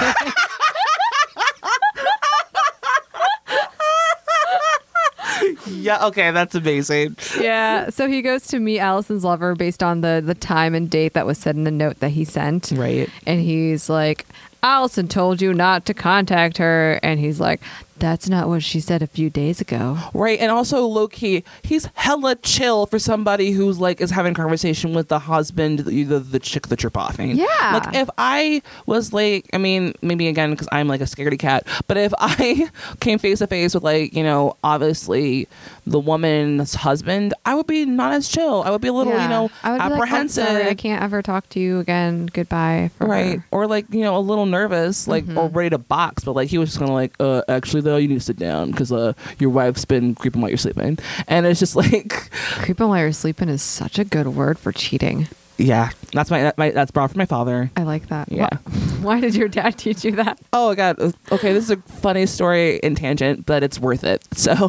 yeah, okay, that's amazing.
yeah. So he goes to meet Allison's lover based on the the time and date that was said in the note that he sent.
Right.
And he's like, Allison told you not to contact her. And he's like, that's not what she said a few days ago.
Right, and also low key, he's hella chill for somebody who's like is having conversation with the husband, the the, the chick that you're boffing.
Yeah.
like if I was like, I mean, maybe again because I'm like a scaredy cat, but if I came face to face with like you know obviously the woman's husband, I would be not as chill. I would be a little you know
I would be like, "I'm
apprehensive.
sorry, I can't ever talk to you again. Goodbye.
Right.
forever."
Or like, you know, a little nervous, like, or ready to box, but like he was just kind of like, uh, actually though, you need to sit down because uh, your wife's been creeping while you're sleeping. And it's just like,
Creeping while you're sleeping is such a good word for cheating.
yeah, that's my, that, my that's brought from my father.
I like that.
Yeah.
Wh- Why did your dad teach you that?
Oh my god. Okay, this is a funny story in tangent, but it's worth it. So,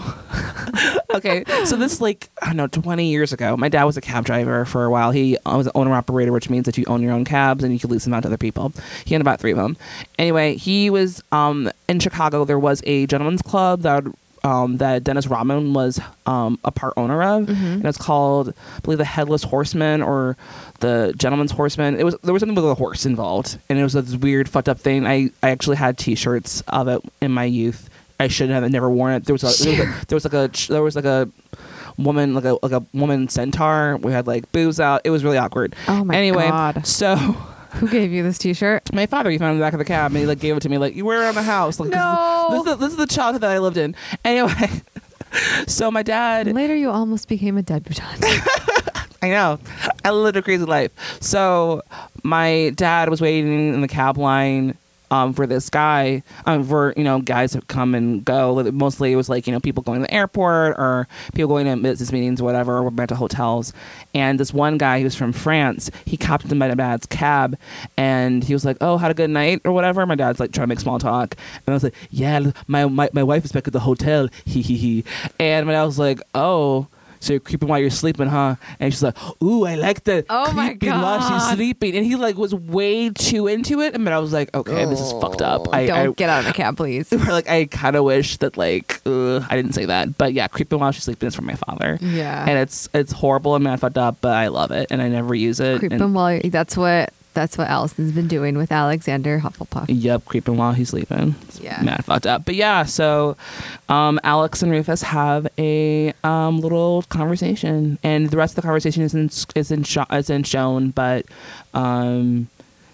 okay, so this is like I don't know, 20 years ago, my dad was a cab driver for a while. He uh, was an owner operator, which means that you own your own cabs and you can lease them out to other people. He had about three of them. Anyway, he was um in Chicago. There was a gentleman's club that. Um, that Dennis Rodman was um, a part owner of, and it's called, I believe, the Headless Horseman or the Gentleman's Horseman. It was there was something with a horse involved, and it was this weird fucked up thing. I, I actually had T-shirts of it in my youth. I should have never worn it. There was a, there was a, there was like a ch- there was like a woman like a like a woman centaur. We had like boobs out. It was really awkward.
Oh my
anyway,
God.
so
Who gave you this T-shirt?
my father he found it in the back of the cab and he like gave it to me like you wear it around the house like
No.
this, is, this is the, this is the childhood that I lived in. Anyway, so my dad
Later, you almost became a debutante.
I know. I lived a crazy life. So my dad was waiting in the cab line um, for this guy, um, for, you know, guys that come and go. Mostly it was like, you know, people going to the airport or people going to business meetings or whatever, or back to hotels. And this one guy, he was from France, he copped into my dad's cab and he was like, oh, had a good night or whatever. My dad's like trying to make small talk. And I was like, yeah, my, my, my wife is back at the hotel. He, he, he. And my dad was like, oh, so you're creeping while you're sleeping, huh? And she's like, "Ooh, I like that."
Oh my
creeping While she's
God.
sleeping, and he like was way too into it. And then I was like, "Okay, this is fucked up." I,
Don't
I-
get out of the cab, please.
like I kind of wish that like uh, I didn't say that, but yeah, creeping while she's sleeping is from my father.
Yeah.
and it's it's horrible and mad fucked up, but I love it and I never use it.
Creep
and-
him while that's what that's what Allison's been doing with Alexander Hufflepuff.
Yep, creeping while he's sleeping. It's
Yeah.
mad fucked up. But yeah, so um, Alex and Rufus have a um, little conversation, and the rest of the conversation isn't isn't sho- isn't shown, but um,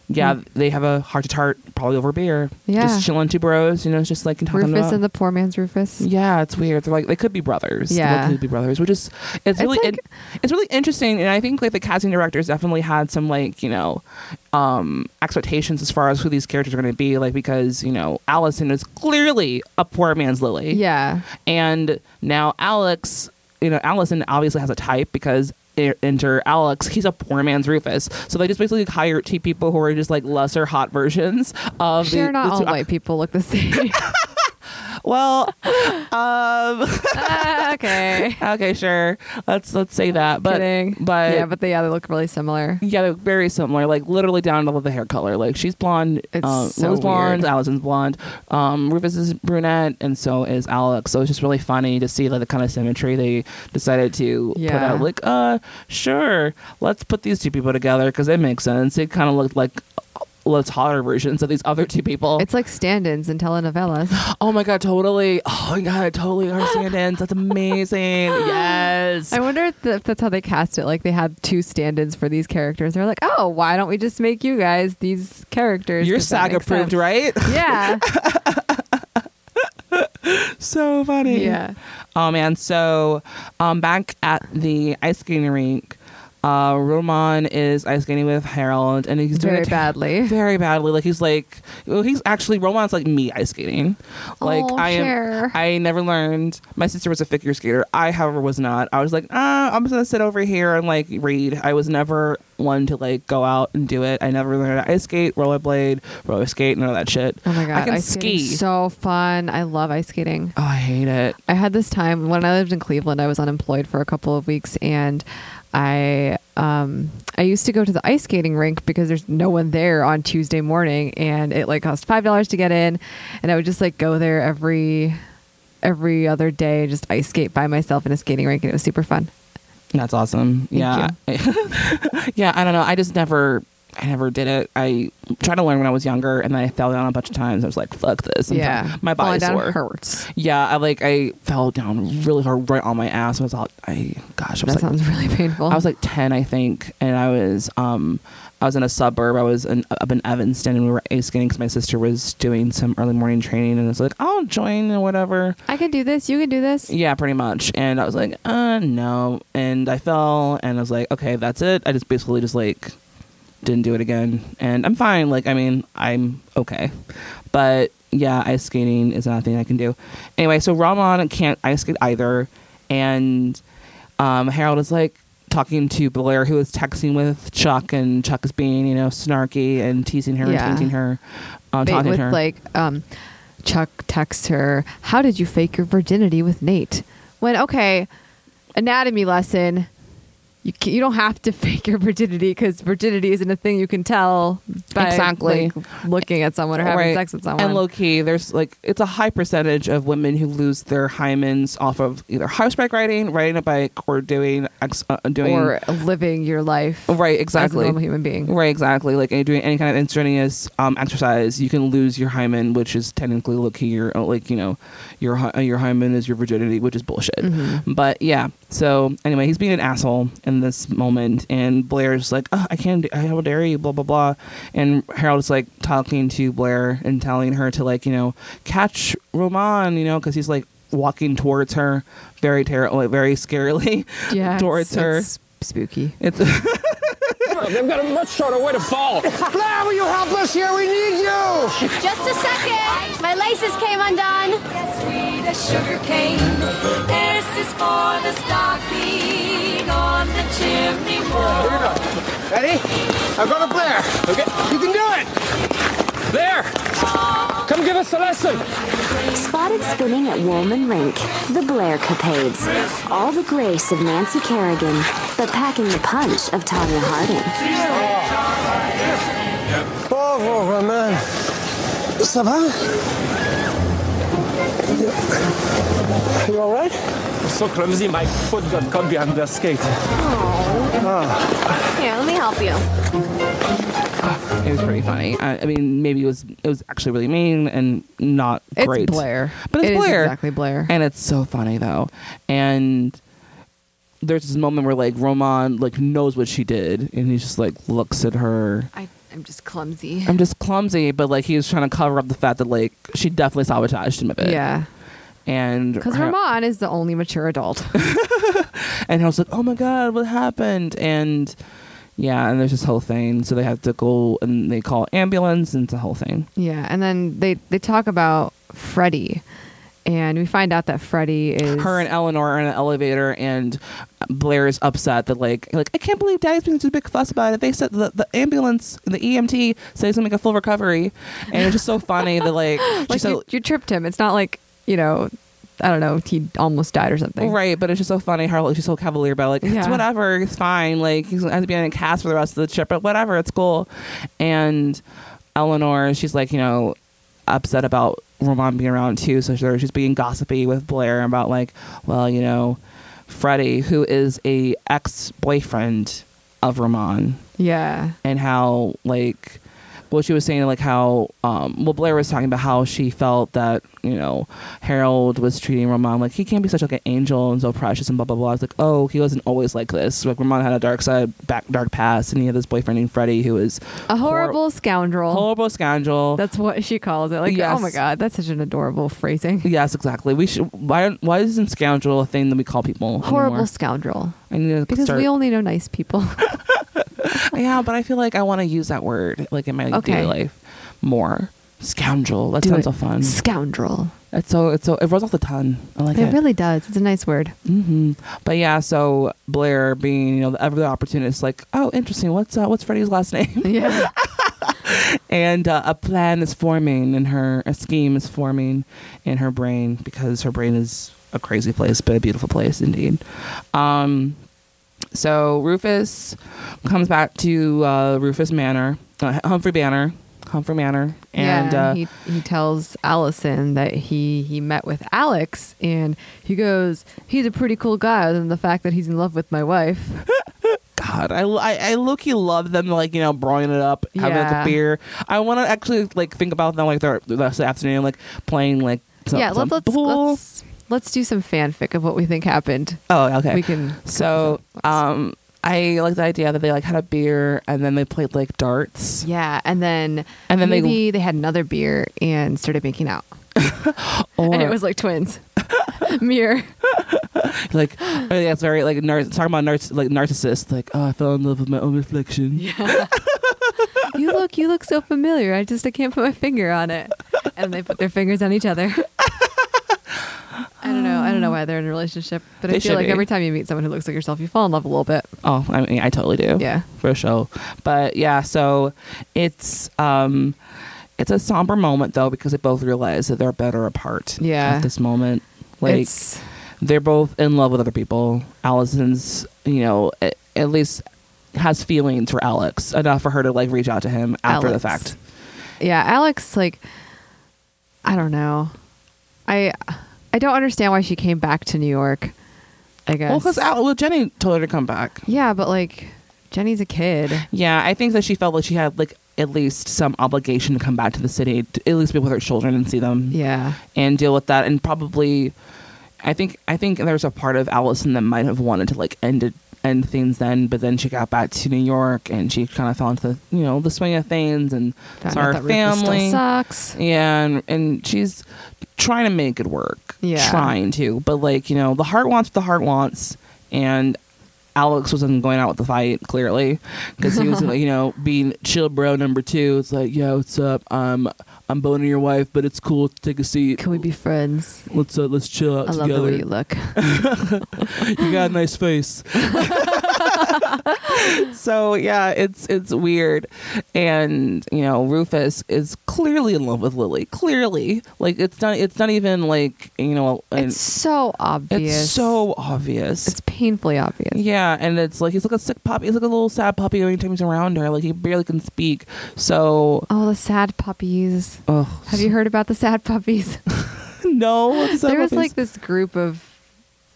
yeah, they have a heart to tart, probably over beer.
Hmm. Yeah.
just chilling two bros. You know, it's just like talking
Rufus
about.
and the poor man's Rufus.
yeah, it's weird. They're like they could be brothers.
Yeah.
they could be brothers, which is it's really
like-
it, it's really interesting. And I think like the casting directors definitely had some like you know um expectations as far as who these characters are going to be. Like because you know Allison is clearly a poor man's Lily.
Yeah.
and now Alex, you know Allison obviously has a type because. e- Enter Alex. He's a poor man's Rufus. So they just basically hire two people who are just like lesser hot versions of. the-
Sure,
the
not
two-
all white people look the same.
Well, um,
Ah, okay.
okay, sure. Let's let's say that. But
Kidding.
but
yeah, but they, yeah, they look really similar.
yeah, they're very similar. Like literally down to the hair color. Like she's blonde.
It's
um,
so
Lily's blonde.
weird.
Allison's blonde. Um, Rufus is brunette, and so is Alex. So it's just really funny to see like the kind of symmetry they decided to put
Yeah.
out. Like, uh, sure, let's put these two people together because it makes sense. It kind of looked like. Let's hotter versions of these other two people.
It's like stand-ins in telenovelas.
Oh my god, totally. Oh my god, totally our stand-ins. That's amazing. Yes.
I wonder if th- if that's how they cast it. Like they had two stand-ins for these characters. They're like, oh, why don't we just make you guys these characters?
You're
'Cause that
SAG
makes
approved,
sense."
right?
Yeah,
so funny.
yeah.
Oh man, so um back at the ice skating rink, uh Roman is ice skating with Harold and he's doing
Very
it
badly.
very badly. Like he's like, well, he's actually Roman's like me ice skating. Like
Oh,
I am,
sure.
I never learned. My sister was a figure skater. I, however, was not. I was like, ah, I'm just gonna sit over here and like read. I was never one to like go out and do it. I never learned how to ice skate, rollerblade, roller skate, none of that shit.
Oh my god,
I can
ice
ski.
skating's So fun. I love ice skating.
oh, I hate it.
I had this time when I lived in Cleveland. I was unemployed for a couple of weeks, and I um, I used to go to the ice skating rink because there's no one there on Tuesday morning, and it like cost five dollars to get in, and I would just like go there every every other day, just ice skate by myself in a skating rink, and it was super fun.
That's awesome. yeah. yeah, I don't know. I just never I never did it. I tried to learn when I was younger and then I fell down a bunch of times. I was like, fuck this. And
yeah,
My
Falling
body
down
sore.
hurts.
Yeah, I like I fell down really hard right on my ass. I was all I gosh, I was
That
like
sounds really painful.
I was like 10, I think, and I was um I was in a suburb. I was in, up in Evanston, and we were ice skating because my sister was doing some early morning training, and I was like, "I'll join or whatever."
I can do this. You can do this.
Yeah, pretty much. And I was like, uh, no. And I fell and I was like, okay, that's it. I just basically just like didn't do it again. And I'm fine. Like, I mean, I'm okay. But yeah, ice skating is not a thing I can do. Anyway, so Rahman can't ice skate either. And um, Harold is like talking to Blair, who is texting with Chuck, and Chuck is being, you know, snarky and teasing her
Yeah.
and taunting her. Uh,
Ba-
taunting
with
her.
like um, Chuck texts her, "How did you fake your virginity with Nate?" When okay, anatomy lesson. You, ca- you don't have to fake your virginity because virginity isn't a thing you can tell by
Exactly.
like, looking at someone or having
Right.
sex with someone.
And low key, there's like it's a high percentage of women who lose their hymens off of either horseback riding, riding a bike, or doing ex- uh, doing
or living your life
right
as
exactly
a normal human being.
right exactly like any- doing any kind of extraneous um, exercise, you can lose your hymen, which is technically low key your uh, like you know your hy- uh, your hymen is your virginity, which is bullshit.
Mm-hmm.
But yeah, so anyway, he's being an asshole in this moment, and Blair's like, oh, I can't, do- how dare you, blah blah blah, and Harold's like talking to Blair and telling her to like you know catch Roman, you know, because he's like walking towards her very terrible, like, very scarily
Yeah, it's-
towards her.
it's spooky.
it's
They've got a much shorter way to fall.
Blair, will you help us here? We need you!
Just a second. My laces came undone. Yes, sweet as sugar cane. This is for the stocking on the chimney wall.
Ready? I'll go to Blair. Okay. You can do it!
There! Come give us a lesson.
Spotted spinning at Woolman Rink, the Blair Capades. All the grace of Nancy Kerrigan, but packing the punch of Tanya Harding.
Pauvre Roman. Ça va? You, you alright?
I'm so clumsy, my foot got caught behind the skate.
Here, let me help you.
It was pretty funny. I, I mean, maybe it was it was actually really mean and not
It's
great.
Blair,
but it's
It is
Blair
exactly Blair.
and it's so funny though. And there's this moment where like Roman like knows what she did, and he just like looks at her.
I, I'm just clumsy.
I'm just clumsy, but like he was trying to cover up the fact that like she definitely sabotaged him a bit.
yeah,
and
because
her-
Ramon is the only mature adult.
and I was like, "Oh my god, what happened?" And yeah, and there's this whole thing. So they have to go and they call ambulance, and it's a whole thing.
Yeah, and then they they talk about Freddie, and we find out that Freddie is
her and Eleanor are in an elevator, and Blair is upset that like like I can't believe Daddy's being such a big fuss about it. They said the, the ambulance, the E EMT said he's gonna make a full recovery, and it's just so funny that like she
like
said
you, you tripped him. It's not like you know, I don't know, he almost died or something.
Right, but it's just so funny how like, she's so cavalier about like it's
Yeah.
whatever, it's fine. Like he's going to be in a cast for the rest of the trip, but whatever, it's cool. And Eleanor, she's like you know upset about Roman being around too, so she's she's being gossipy with Blair about like, well, you know, Freddie, who is a ex boyfriend of Roman,
Yeah.
and how like well she was saying like how um well blair was talking about how she felt that you know harold was treating ramon like he can't be such like an angel and so precious and blah blah blah i was like oh he wasn't always like this like ramon had a dark side back dark past and he had this boyfriend named freddie who was
A horrible
horri-
scoundrel.
horrible scoundrel
That's what she calls it. Like, oh
Yes.
my god, that's such an adorable phrasing.
yes exactly we should why why isn't scoundrel a thing that we call people
Horrible
anymore?
scoundrel.
I need to
Because
start-
we only know nice people.
yeah but i feel like i want to use that word like in my
Okay.
daily life more scoundrel that sounds so fun
Scoundrel.
It's so it's so it rolls off the tongue. I like it.
It really does. It's a nice word.
But yeah, so Blair being you know the ever opportunist, like oh interesting, what's uh, what's Freddie's last name?
Yeah.
and uh, a plan is forming in her, a scheme is forming in her brain because her brain is a crazy place, but a beautiful place indeed. Um, so Rufus comes back to uh, Rufus Manor, uh, Humphrey Banner, Humphrey Manor, and
yeah,
uh,
he, he tells Allison that he he met with Alex and he goes, he's a pretty cool guy other than the fact that he's in love with my wife.
God, I, I, I look, you love them, like, you know, broiling it up, having like
Yeah.
a beer. I want to actually, like, think about them, like, their the rest of the afternoon, like, playing, like, some,
yeah,
some
let, let's,
pool.
let's let's do some fanfic of what we think happened.
Oh, okay.
we can-
So, um, I like the idea that they, like, had a beer and then they played, like, darts.
Yeah, and then
And then they-
maybe they, had another beer and started making out,
Or,
and it was like twins. Mirror.
like, oh, yeah, it's very, like, nar- talking about nar- like narcissist, like, oh, I fell in love with my own reflection.
You look you look so familiar. I just I can't put my finger on it. And they put their fingers on each other. I don't know. I don't know why they're in a relationship, but
They
I feel
should
like
be.
every time you meet someone who looks like yourself, you fall in love a little bit.
Oh, I mean, I totally do.
Yeah.
for sure. But yeah, so it's um, it's a somber moment though because they both realize that they're better apart.
Yeah.
at this moment, like
it's
they're both in love with other people. Allison's, you know, at, at least has feelings for Alex enough for her to like reach out to him after the
Alex.
fact.
yeah, Alex like I don't know. I I don't understand why she came back to New York. I guess.
Well, because well, Jenny told her to come back.
yeah, but like Jenny's a kid.
Yeah, I think that she felt like she had like at least some obligation to come back to the city, to at least be with her children and see them.
Yeah.
and deal with that and probably I think I think there's a part of Allison that might have wanted to like end it end things then, but then she got back to New York and she kinda fell into the you know, the swing of things and
Found
saw
out
her
that Rufus still
family.
sucks.
Yeah, and, and she's trying to make it work.
Yeah.
Trying to. But like, you know, the heart wants what the heart wants and Alex wasn't going out with the fight, clearly, because he was, like, you know, being chill bro number two. It's like, yeah, what's up? I'm, I'm boning your wife, but it's cool. Take a seat
Can we be friends?
let's uh, let's chill out
I love
together.
the way you look.
You got a nice face. so yeah, it's it's weird, and you know Rufus is clearly in love with Lily. Clearly, like it's not it's not even like you know an-
It's so
it's
obvious.
so obvious.
It's painfully obvius.
yeah, and it's like he's like a sick puppy. He's like a little sad puppy every time he's around her. Like he barely can speak. So,
Oh, the sad puppies.
oh
Have you heard about the sad puppies?
no, it's sad
there was
puppies.
like this group of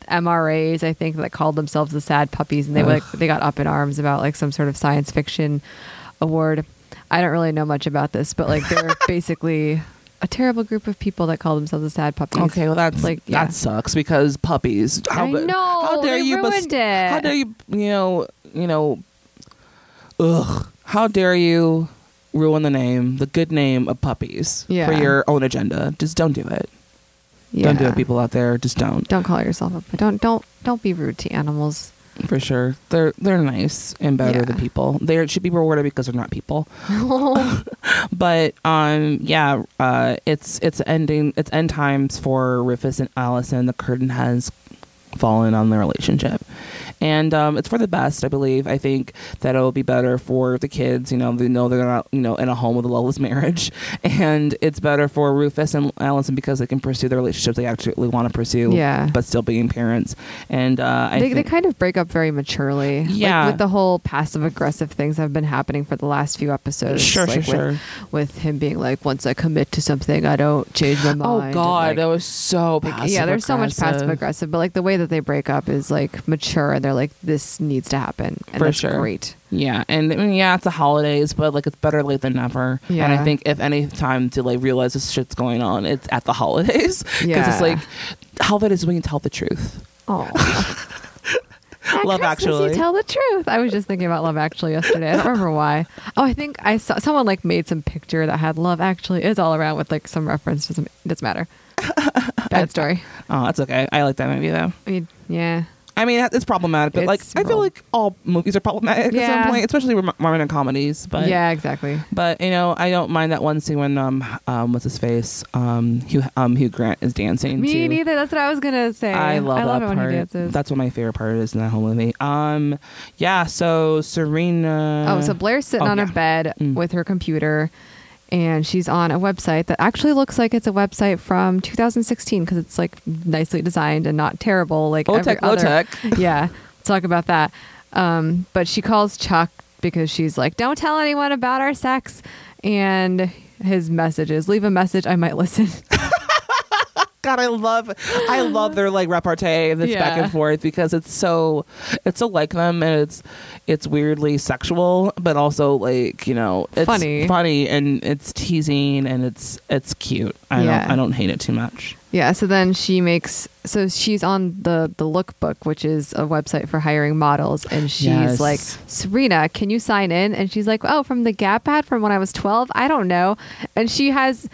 MRAs, I think, that called themselves the sad puppies, and they were like they got up in arms about like some sort of science fiction award. I don't really know much about this, but like they're basically a terrible group of people that call themselves the sad puppies.
Okay, well that's
like yeah.
that sucks because puppies. How,
I
ba-
know,
How dare
they
you? bes-
ruined it.
How dare you? You know. You know. Ugh. How dare you ruin the name, the good name of puppies for
Yeah.
your own agenda? Just don't do it.
yeah.
Don't do it, people out there. Just don't.
Don't call yourself up. Don't don't don't be rude to animals.
For sure, they're they're nice and better
Yeah.
than people. They should be rewarded because they're not people. but um, yeah, uh, it's it's ending. It's end times for Rufus and Allison. The curtain has fallen on the relationship, and um, it's for the best, I believe. I think that it'll be better for the kids. You know, they know they're not you know in a home with a loveless marriage, and it's better for Rufus and Allison because they can pursue the relationships they actually want to pursue,
Yeah.
but still being parents. And uh, I
they, they
think-
kind of break up very maturely.
Yeah.
Like with the whole passive aggressive things that have been happening for the last few episodes.
Sure,
like
sure,
with,
sure.
With him being like, once I commit to something, I don't change my mind.
oh
and,
God,
like-
that was so
like, yeah, there's so much passive
passive-aggressive.
aggressive, but like the way that they break up is like mature, and they're like, "This needs to happen," and
For
that's
sure.
great.
Yeah, and I mean, yeah, it's the holidays, but like it's better late than never. And I
Yeah.
think if any time to like realize this shit's going on, it's at the holidays because
Yeah.
it's like holidays is when you tell the truth.
Oh,
Love Actually.
You tell the truth. I was just thinking about Love Actually yesterday. I don't remember why. Oh, I think I saw someone like made some picture that had Love Actually is all around with like some reference. Doesn't doesn't matter. Bad story.
Oh, that's okay. I like that movie though.
I mean, yeah.
I mean, it's problematic, but like
It's
I feel
prob-
like all movies are problematic at
Yeah.
some point, especially rom- romantic comedies. But
yeah, exactly.
But you know, I don't mind that one scene when um um what's his face um Hugh um Hugh Grant is dancing.
Me
to,
neither. That's what I was gonna say.
I love that
it when
part.
he dances.
That's what my favorite part is in that whole movie. Um, yeah. So Serena.
Oh, so Blair's sitting
Oh,
on
yeah.
her bed with her computer, and she's on a website that actually looks like it's a website from 2016 because it's like nicely designed and not terrible. Like
Low
every
tech, low
other-
tech.
Yeah, talk about that. Um, but she calls Chuck because she's like, "Don't tell anyone about our sex," and his message is, "Leave a message. I might listen."
God, I love, I love their like repartee that's back
Yeah.
and forth because it's so, it's so like them and it's, it's weirdly sexual, but also like you know, it's
Funny.
funny and it's teasing and it's it's cute. I
Yeah.
don't, I don't hate it too much.
Yeah, so then she makes so she's on the the lookbook, which is a website for hiring models, and she's
Yes.
like, "Serena, can you sign in?" And she's like, "Oh, from the Gap ad from when I was 12? I don't know." And she has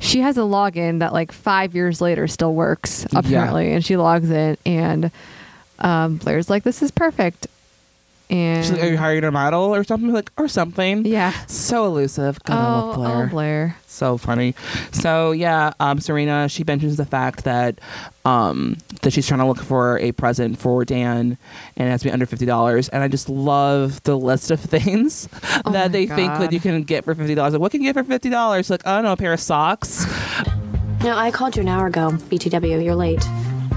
she has a login that like 5 years later still works
Yeah.
apparently, and she logs in and um Blair's like, "This is perfect." And
She's like, are you hiring a model or something like or something?
Yeah.
So elusive. God, I
Oh,
love
Blair.
Blair.
oh, Blair.
so funny. So yeah, um, Serena she mentions the fact that um, that she's trying to look for a present for Dan, and it has to be under fifty dollars. And I just love the list of things
Oh my
that they think that
God.
you can get for fifty dollars. Like, what can you get for fifty dollars? Like, I don't know, a pair of socks.
No, I called you an hour ago. BTW, you're late.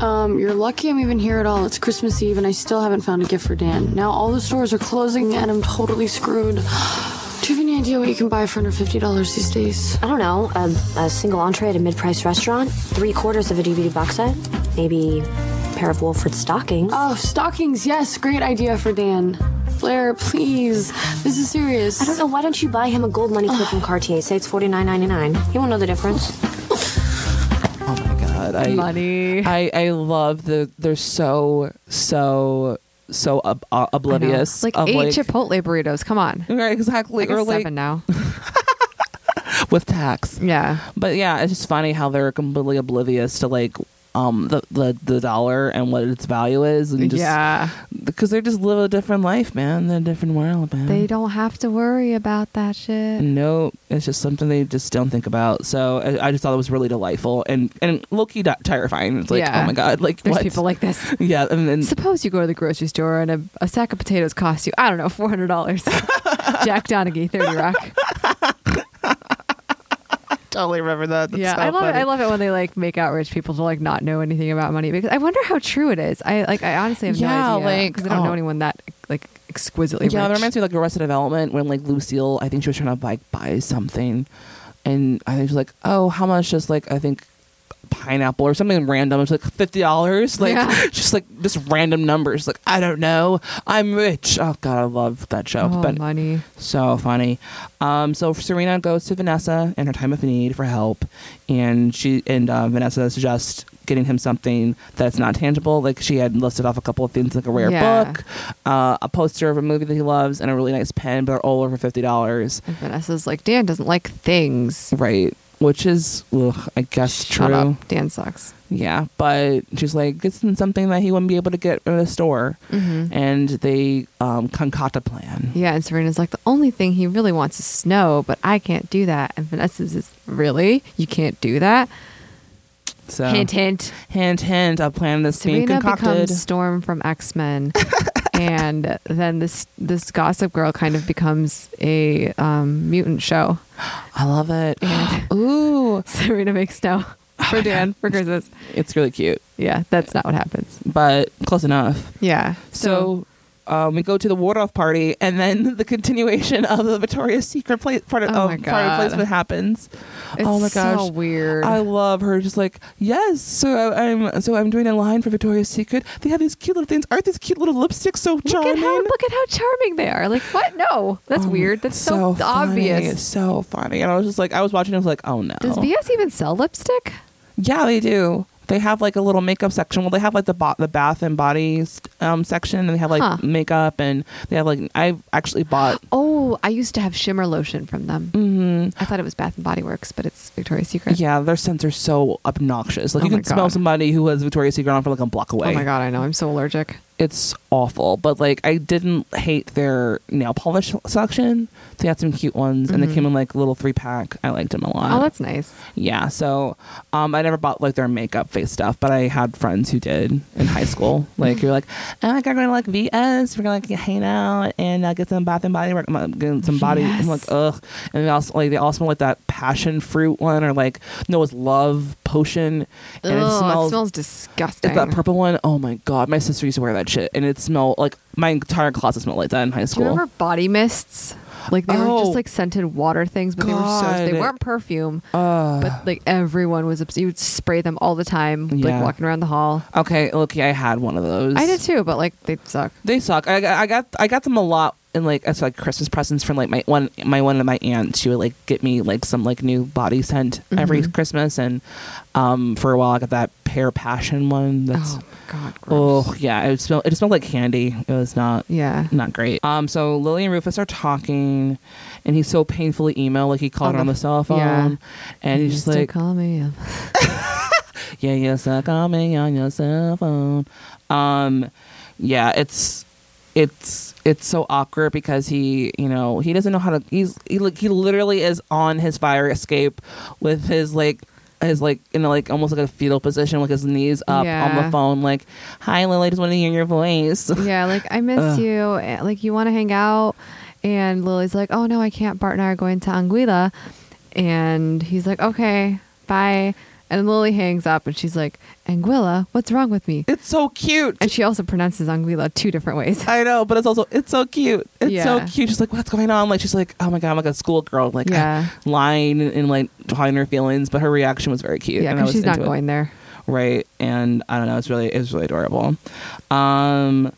Um, you're lucky I'm even here at all. It's Christmas Eve and I still haven't found a gift for Dan. Now all the stores are closing and I'm totally screwed. Do you have any idea what you can buy for under $50 these days?
I don't know, a, a single entree at a mid-priced restaurant, three quarters of a DVD box set, maybe a pair of Wolford stockings.
Oh, stockings, yes, great idea for Dan. Blair, please. This is serious.
I don't know, why don't you buy him a gold money clip from Cartier? Say it's forty nine ninety nine. He won't know the difference.
Oh my god, I,
Money.
I I love the they're so so so ob- uh,
I know.
oblivious.
Like
of,
eight
like,
Chipotle burritos. Come on.
Right, exactly.
Like
or
a
like
seven now.
with tax.
Yeah.
But yeah, it's just funny how they're completely oblivious to like um the the, the dollar and what its value is and just
yeah.
because they just live a different life, man, They're a different world, man.
They don't have to worry about that shit.
no, it's just something they just don't think about. So I, I just thought it was really delightful and and low key di- terrifying. It's like,
Yeah.
oh my god, like
There's
what? Mm.
people like this.
yeah, and then
Suppose you go to the grocery store and a, a sack of potatoes costs you, I don't know, four hundred dollars. Jack Donaghy, Thirty Rock.
totally remember that. That's
yeah,
so
I love it.
funny.
I love it when they like make out rich people to like not know anything about money because I wonder how true it is. I like I honestly have
Yeah,
no idea
like,
because I don't
oh.
know anyone that like exquisitely
Yeah, that
rich.
reminds me of, like Arrested Development when like Lucille, I think she was trying to like buy something, and I think she's like, oh, how much? Just like I think pineapple or something random. It's like fifty dollars. Like
Yeah.
just like just random numbers. Like I don't know. I'm rich. Oh God, I love that show.
Oh,
but
money.
so funny. Um, so Serena goes to Vanessa in her time of need for help, and she and uh, Vanessa suggests getting him something that's not tangible. Like she had listed off a couple of things, like a rare
Yeah.
book, uh, a poster of a movie that he loves, and a really nice pen, but they're all over fifty dollars.
And Vanessa's like Dan doesn't like things.
Right, which is ugh, I guess
Shut
true.
up. Dan sucks.
Yeah, but she's like, it's something that he wouldn't be able to get at a store, and they um, concoct a plan.
Mm-hmm. Yeah, and Serena's like, the only thing he really wants is snow, but I can't do that. And Vanessa's is, really? You can't do that?
So
Hint, hint.
hint, hint. I plan this being
Sabrina
concocted.
becomes Storm from X Men, and then this this Gossip Girl kind of becomes a um, mutant show.
I love it. Ooh, Oh,
Serena makes snow for Dan for Christmas.
it's really cute,
Yeah, that's not what happens.
but close enough.
Yeah.
So um, we go to the ward off party, and then the continuation of the Victoria's Secret place, part of,
Oh
oh
my God.
placement happens.
It's
oh my gosh,
so weird.
I love her. Just like yes, so I, I'm so I'm doing a line for Victoria's Secret. They have these cute little things. Aren't these cute little lipsticks so
look
charming?
at how look at how charming they are. Like what? No, that's
Oh,
weird. That's
funny.
so,
It's
obvious.
so funny. And I was just like, I was watching. I was like, oh no.
Does BS even sell lipstick?
Yeah, they do. They have like a little makeup section. Well, they have like the bo- the bath and body um, section, and they have like
Huh.
makeup, and they have like I actually bought.
Oh, I used to have shimmer lotion from them. Mm-hmm. I thought it was Bath and Body Works, but it's Victoria's Secret.
Yeah, their scents are so obnoxious. Like
Oh
you
my
can smell
God.
somebody who has Victoria's Secret on for like a block away.
Oh my god, I know. I'm so allergic.
it's awful. But like I didn't hate their nail polish section. They had some cute ones, and they came in like little three pack. I liked them a lot.
Mm-hmm. Oh, that's nice.
yeah. So um, I never bought like their makeup face stuff, but I had friends who did in high school. Like you're like, oh my god, we're gonna like VS, we're gonna like hang out and uh, get some Bath and Body Work, I'm, uh, get some body.
Yes.
I'm like, ugh. And they also like they all smell like that passion fruit one or like Noah's love potion, and
Ugh,
it smells.
disgusting.
it's that purple one. Oh my god, my sister used to wear that shit, and it smelled like my entire closet smelled like that in high
Do you
school.
remember body mists? Like they were
Oh.
just like scented water things, but they were so they
God. Uh.
weren't perfume. but like everyone was obs- you would spray them all the time,
Yeah.
like walking around the hall.
Okay, okay, I had one of those.
I did too, but like they suck.
They suck. I, I got I got them a lot in like as like Christmas presents from like my one my one of my aunts. She would like get me like some like new body scent every
Mm-hmm.
Christmas, and um for a while I got that pear passion one. That's
Oh god, gross.
oh yeah, it smelled it smelled like candy. It was not
Yeah.
not great. Um, so Lily and Rufus are talking, and he's so painfully emo. Like he called
On
her on
the-
the cell phone,
yeah.
and he's
You
just
still
like,
call me. um,
yeah, you suck on me on your cell phone. Um, yeah, it's it's it's so awkward because he, you know, he doesn't know how to. He's he like he literally is on his fire escape with his like his like you know like almost like a fetal position with his knees up on
Yeah.
the phone like hi lily just want to hear your voice
Yeah, like I miss you. and, Like you want to hang out, and Lily's like, "Oh no, I can't." Bart and I are going to Anguilla, and he's like, "Okay, bye." And Lily hangs up, and she's like, "Anguilla, what's wrong with me?"
it's so cute
And she also pronounces Anguilla two different ways.
I know, but it's also it's so cute. It's
Yeah.
so cute. She's like, what's going on? Like she's like, oh my god, I'm like a schoolgirl, like
Yeah.
lying and, and, like hiding her feelings. But her reaction was very cute.
Yeah,
and I
because
was
she's not
into it.
going there.
right. And I don't know, it's really it's really adorable. Um,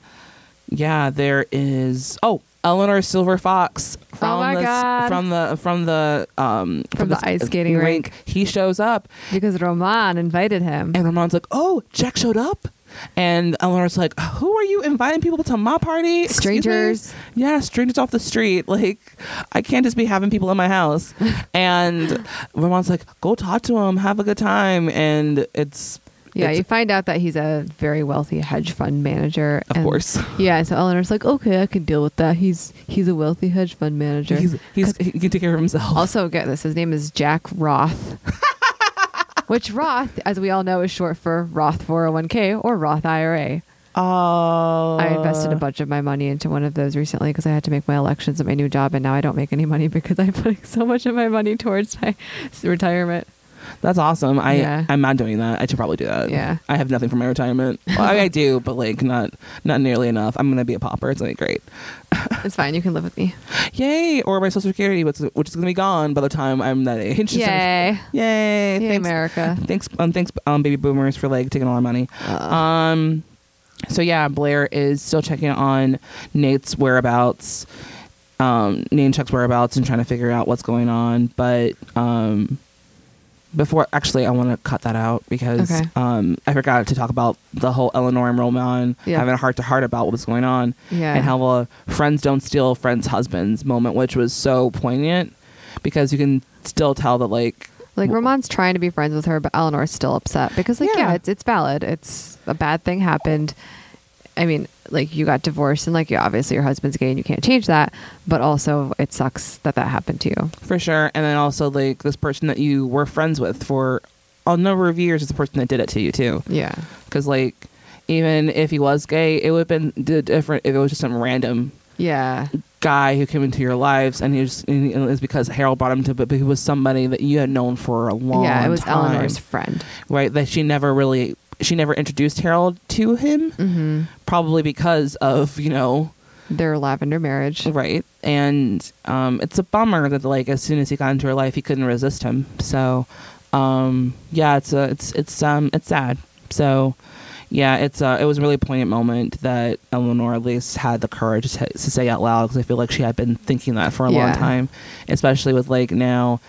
yeah, there is. Oh, Eleanor Silver Fox from
Oh my
the
God.
from the from the um
From the ice skating rink.
He shows up,
Because Roman invited him.
and Ramon's like, "Oh, Jack showed up," and Eleanor's like, "Who are you inviting people to my party? Excuse me?"
Strangers.
yeah, strangers off the street. Like, I can't just be having people in my house." and Ramon's like, "Go talk to him, have a good time," and it's
yeah,
it's-
you find out that he's a very wealthy hedge fund manager.
Of course.
Yeah, so Eleanor's like, okay, I can deal with that. He's he's a wealthy hedge fund manager.
he's, he's he can take care of himself.
Also, get this. His name is Jack Roth. Which Roth, as we all know, is short for Roth 401k or Roth IRA.
Oh,
I invested a bunch of my money into one of those recently because I had to make my elections at my new job, and now I don't make any money because I'm putting so much of my money towards my retirement.
that's awesome. I
Yeah.
I'm not doing that. I should probably do that.
Yeah.
I have nothing for my retirement. Well, I, I do, but like not not nearly enough. I'm gonna be a pauper. It's gonna be great.
It's fine. You can live with me.
yay or my social security which, which is going to be gone by the time i'm that age
Yay.
yay
Yay,
thanks
America.
thanks um, thanks um, baby boomers for like taking all our money
Uh.
um so yeah blair is still checking on nate's whereabouts um nate and chuck's whereabouts and trying to figure out what's going on but um before actually i want to cut that out because
Okay.
um i forgot to talk about the whole eleanor and roman
Yeah.
having a heart to heart about what was going on
Yeah.
and how uh, friends don't steal friends' husbands moment, which was so poignant because you can still tell that like
Like Ramon's trying to be friends with her, but Eleanor's still upset because, like, yeah,
Yeah.
it's it's valid. It's a bad thing happened. I mean, like you got divorced, and like you obviously your husband's gay, and you can't change that. But also, it sucks that that happened to you.
for sure, and then also like this person that you were friends with for a number of years is the person that did it to you too.
Yeah.
Because like, even if he was gay, it would have been d- different if it was just some random
Yeah.
guy who came into your lives, and he was and it was because Harold brought him to, but he was somebody that you had known for a long.
yeah, it was
time,
Eleanor's friend.
right? That she never really she never introduced Harold to him, mm-hmm. probably because of you know
Their lavender marriage.
Right. And um, it's a bummer that like as soon as he got into her life, he couldn't resist him. So um, yeah, it's a, it's it's um it's sad. So yeah, it's uh, it was a really poignant moment that Eleanor at least had the courage to, to say out loud because I feel like she had been thinking that for a
Yeah.
long time, especially with like now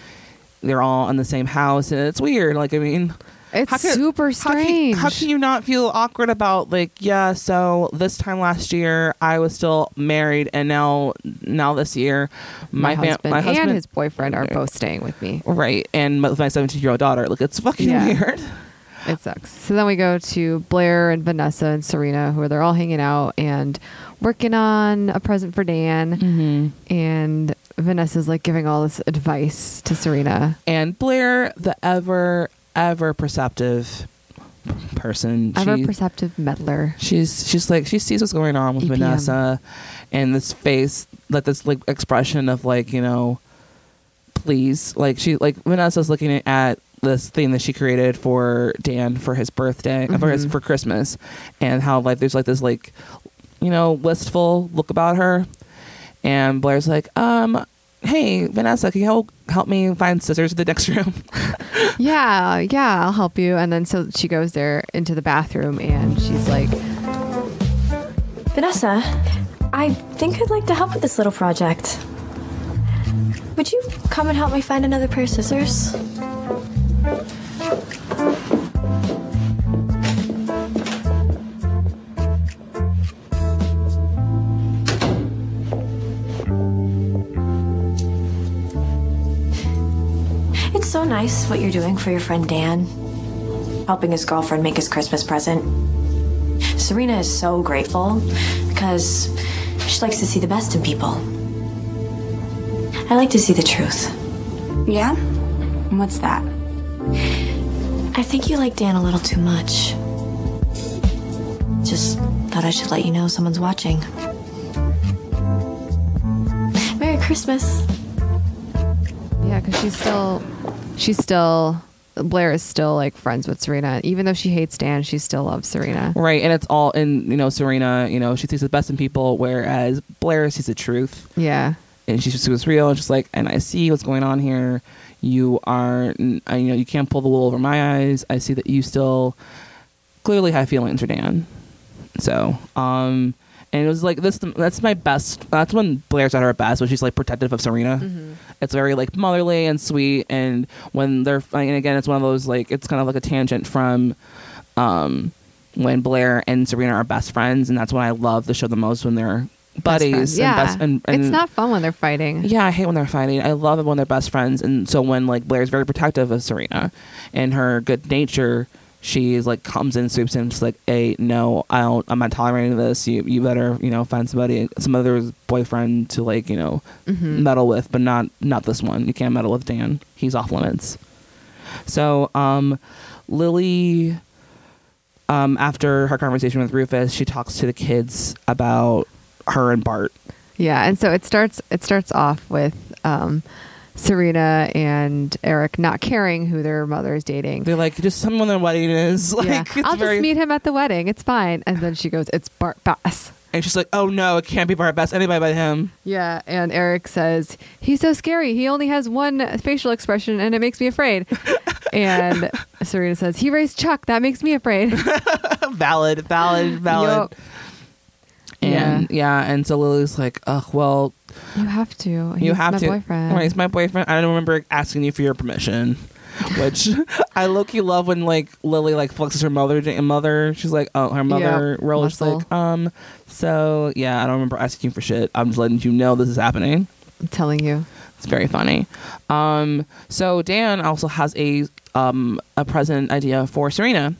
they're all in the same house and it's weird. Like I mean.
It's
how could-
super
how can-
strange.
how can you not feel awkward about like yeah so this time last year i was still married and now now this year my,
my,
fam-
husband,
my husband
and his boyfriend are both staying with me.
right and with my 17 year old daughter like it's fucking
Yeah.
weird
It sucks. So then we go to Blair and Vanessa and Serena, who are they're all hanging out and working on a present for Dan.
Mm-hmm.
And Vanessa's like giving all this advice to Serena.
and blair the ever ever perceptive person
I'm a
she-
perceptive meddler.
She's she's like she sees what's going on with
EPM.
Vanessa, and this face, like this like expression of like you know, please, like she like Vanessa's looking at this thing that she created for Dan for his birthday uh, for his for Christmas, and how like there's like this like, you know, wistful look about her, and Blair's like, um, hey Vanessa, can you help help me find scissors in the next room?
yeah, yeah, I'll help you. And then so she goes there into the bathroom and she's like,
Vanessa, I think I'd like to help with this little project. Would you come and help me find another pair of scissors? It's so nice what you're doing for your friend Dan, helping his girlfriend make his Christmas present. Serena is so grateful because she likes to see the best in people. I like to see the truth.
Yeah? And What's that?
I think you like Dan a little too much. Just thought I should let you know someone's watching. Merry Christmas.
yeah, because she's still, she's still, Blair is still like friends with Serena. Even though she hates Dan, she still loves Serena.
Right, and it's all in you know Serena. You know she sees the best in people, whereas Blair sees the truth.
Yeah.
and she, she was real and she's like and i see what's going on here you are n- I, you know you can't pull the wool over my eyes i see that you still clearly have feelings for dan so um and it was like this that's my best that's when blair's at her best when she's like protective of serena
Mm-hmm.
it's very like motherly and sweet and when they're and again it's one of those like it's kind of like a tangent from um when blair and serena are best friends and that's when i love the show the most when they're buddies and
yeah.
best and, and
it's not fun when they're fighting.
yeah, I hate when they're fighting. I love it when they're best friends. And so when like Blair's very protective of Serena and her good nature, she's like comes in, swoops in, she's like, "Hey, no, I don't. I'm not tolerating this. You you better you know find somebody, some other boyfriend to like you know meddle with, but not not this one. You can't meddle with Dan. He's off limits." So um, Lily. Um, after her conversation with Rufus, she talks to the kids about her and Bart.
Yeah, and so it starts. It starts off with um, Serena and Eric not caring who their mother is dating.
They're like, just someone their wedding is. Like,
yeah,
it's
I'll
very-
just meet him at the wedding. It's fine. And then she goes, "It's Bart Bass."
And she's like, oh no, it can't be Bart Bass, anybody but him.
Yeah, and Eric says he's so scary. He only has one facial expression, and it makes me afraid. and Serena says he raised Chuck. That makes me afraid.
valid, valid, valid.
Yup.
And yeah. and so Lily's like, ugh, well,
you have to.
you
He's
have
my
to.
Boyfriend.
Right, he's my boyfriend. I don't remember asking you for your permission. Which I low key love when like Lily like flexes her mother and mother. She's like, oh, her mother
Yeah,
role. She's like,
muscle.
um, so yeah, I don't remember asking you for shit. I'm just letting you know this is happening.
I'm telling you.
It's very funny. Um, so Dan also has a um, a present idea for Serena.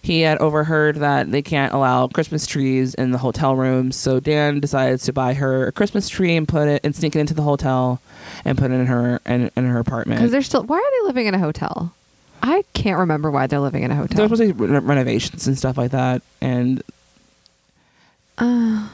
He had overheard that they can't allow Christmas trees in the hotel rooms, so Dan decides to buy her a Christmas tree and put it and sneak it into the hotel and put it in her in, in her apartment.
Because they're still. Why are they living in a hotel? I can't remember why they're living in a
There
hotel.
was supposed to be re- renovations and stuff like that, and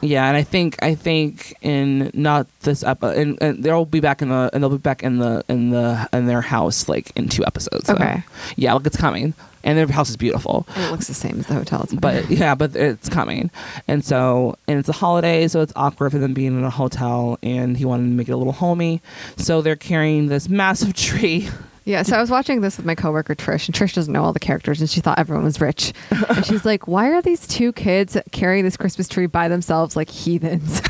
yeah, and I think I think in not this up and, and they'll be back in the and they'll be back in the in the in their house like in two episodes. So,
Okay.
yeah, like it's coming, and their house is beautiful.
And it looks the same as the hotel. It's
but yeah, but it's coming, and so and it's a holiday, so it's awkward for them being in a hotel, and he wanted to make it a little homey, so they're carrying this massive tree.
Yeah, so I was watching this with my coworker Trish, and Trish doesn't know all the characters, and she thought everyone was rich. And she's like, "Why are these two kids carrying this Christmas tree by themselves like heathens?"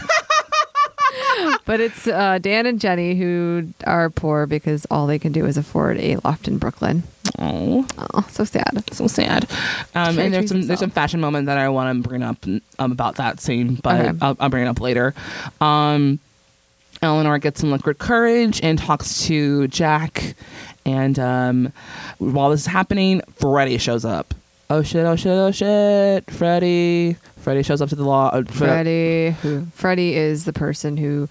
but it's uh, Dan and Jenny who are poor because all they can do is afford a loft in Brooklyn.
Oh,
Oh, so sad.
so sad. Um,
Cherry
and there's
trees
some
and
there's some
stuff.
fashion moment that I want to bring up um, about that scene, but
Okay.
I'll, I'll bring it up later. Um, Eleanor gets some liquid courage and talks to Jack, and um, while this is happening, Freddy shows up. Oh shit! Oh shit! Oh shit! Freddy! Freddy shows up to the law. Uh, Fre-
Freddie, who Freddie is the person who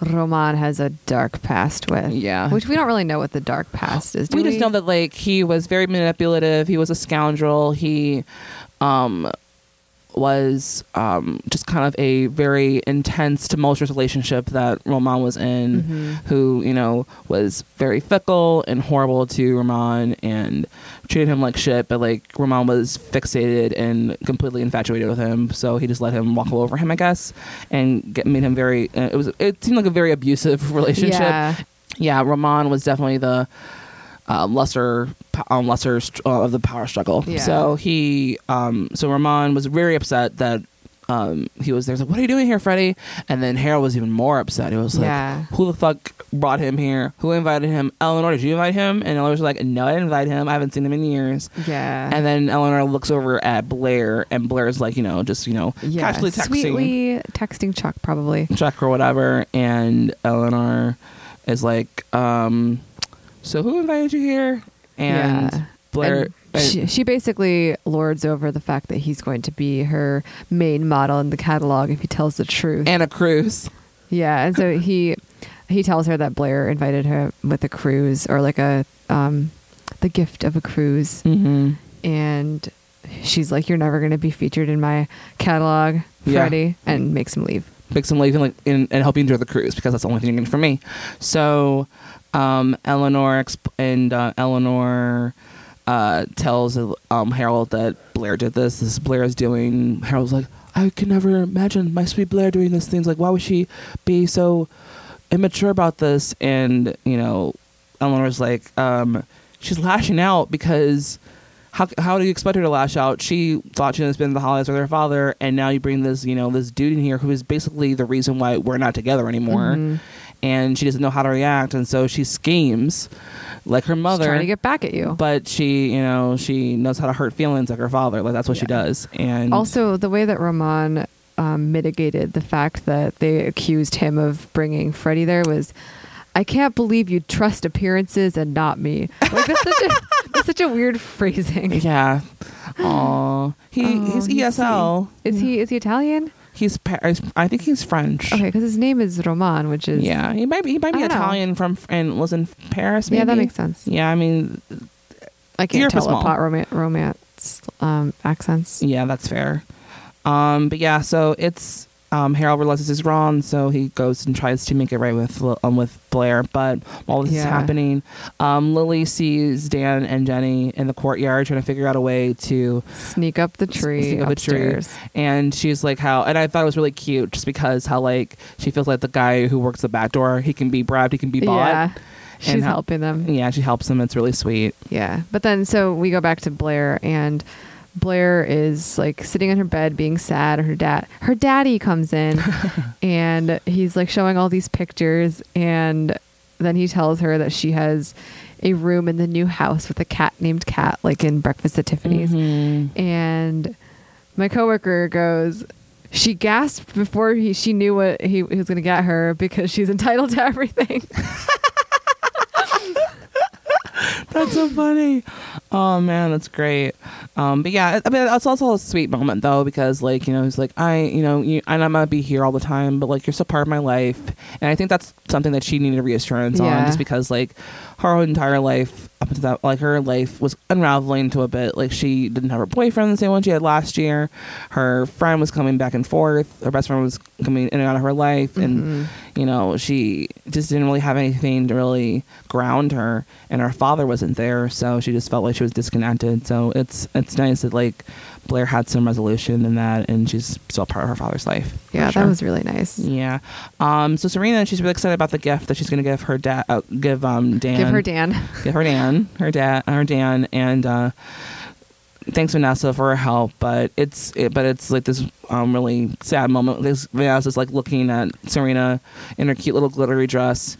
Roman has a dark past with.
Yeah.
which we don't really know what the dark past is. Do
we, just know that like he was very manipulative he was a scoundrel he um was um just kind of a very intense tumultuous relationship that roman was in who you know was very fickle and horrible to roman and treated him like shit but like roman was fixated and completely infatuated with him so he just let him walk all over him i guess and get, made him very uh, it was it seemed like a very abusive relationship
Yeah.
yeah, Roman was definitely the uh, lesser um, lesser str- uh, of the power struggle.
Yeah.
So he um, so Roman was very upset that um, he was there. He's like, "What are you doing here, Freddie?" And then Harold was even more upset. He was like,
Yeah.
"Who the fuck brought him here? Who invited him? Eleanor, did you invite him?" And Eleanor's like, "No, I didn't invite him. I haven't seen him in years."
Yeah,
And then Eleanor looks over at Blair, and Blair's like, you know, just you know,
yeah,
casually texting.
sweetly texting Chuck probably.
check or whatever, and Eleanor is like, um, "So who invited you here?" And
Yeah.
Blair, uh,
And
and-
she, she basically lords over the fact that he's going to be her main model in the catalog if he tells the truth.
Anna Cruz.
yeah, and so he he tells her that Blair invited her with a cruise or like a um the gift of a cruise,
Mm-hmm.
and she's like, "You're never going to be featured in my catalog,
Yeah.
Freddie," and makes him leave.
Makes him leave and, like, in, and help you enjoy the cruise because that's the only thing you're getting from me. So um, Eleanor exp- and uh, Eleanor uh, tells um, Harold that Blair did this. This is Blair's doing. Harold's like, I can never imagine my sweet Blair doing this. Things like, why would she be so immature about this? And you know, Eleanor's like, um, she's lashing out because. How, how do you expect her to lash out? She thought she was spend the holidays with her father, and now you bring this you know this dude in here who is basically the reason why we're not together anymore,
Mm-hmm.
and she doesn't know how to react, and so she schemes like her
She's
mother
trying to get back at you.
but she you know she knows how to hurt feelings like her father like that's what she does and
also the way that Ramon um, mitigated the fact that they accused him of bringing Freddie there was, I can't believe you trust appearances and not me. Like that's such a that's such a weird phrasing.
yeah Aww. he
Oh,
he's esl
Is he is he Italian?
he's Pa- i think he's french
Okay, because his name is Roman, which is
yeah he might be he might be
I don't know.
italian from and was in paris maybe?
Yeah, that makes sense.
yeah i mean
I can't
Europe is
tell
small.
apart romance, romance um, accents.
yeah that's fair um but yeah so it's um, Harold realizes he's wrong, so he goes and tries to make it right with um, with Blair. But while this is
Yeah.
happening, um, Lily sees Dan and Jenny in the courtyard trying to figure out a way to
Sneak up the tree
Sneak up a tree.
upstairs.
And she's like, how, and I thought it was really cute just because how, like, she feels like the guy who works the back door, he can be bribed, he can be bought.
Yeah,
And
she's
how-
helping them.
Yeah, she helps him. It's really sweet.
Yeah. But then so we go back to Blair and Blair is like sitting in her bed being sad and her dad her daddy comes in and he's like showing all these pictures and then he tells her that she has a room in the new house with a cat named Cat like in Breakfast at Tiffany's.
Mm-hmm.
And my coworker goes she gasped before he, she knew what he, he was going to get her because she's entitled to everything.
That's so funny. Oh, man, that's great. Um, but yeah, I mean, it's also a sweet moment though because like you know he's like I you know you, and I'm gonna be here all the time, but like you're still part of my life, and I think that's something that she needed reassurance on
Yeah.
just because like her entire life up until that like her life was unraveling to a bit. Like she didn't have her boyfriend the same one she had last year. Her friend was coming back and forth. Her best friend was coming in and out of her life, and you know she just didn't really have anything to really ground her. And her father wasn't there, so she just felt like she was disconnected. So it's it's nice that like Blair had some resolution in that, and she's still part of her father's life. for
Yeah,
sure.
that was really nice.
Yeah. Um, so Serena, she's really excited about the gift that she's going to give her dad, uh, give um Dan,
Give her Dan.
give her Dan, her dad, her Dan, and uh, thanks Vanessa for her help. But it's it, but it's like this um really sad moment. This Vanessa's like looking at Serena in her cute little glittery dress,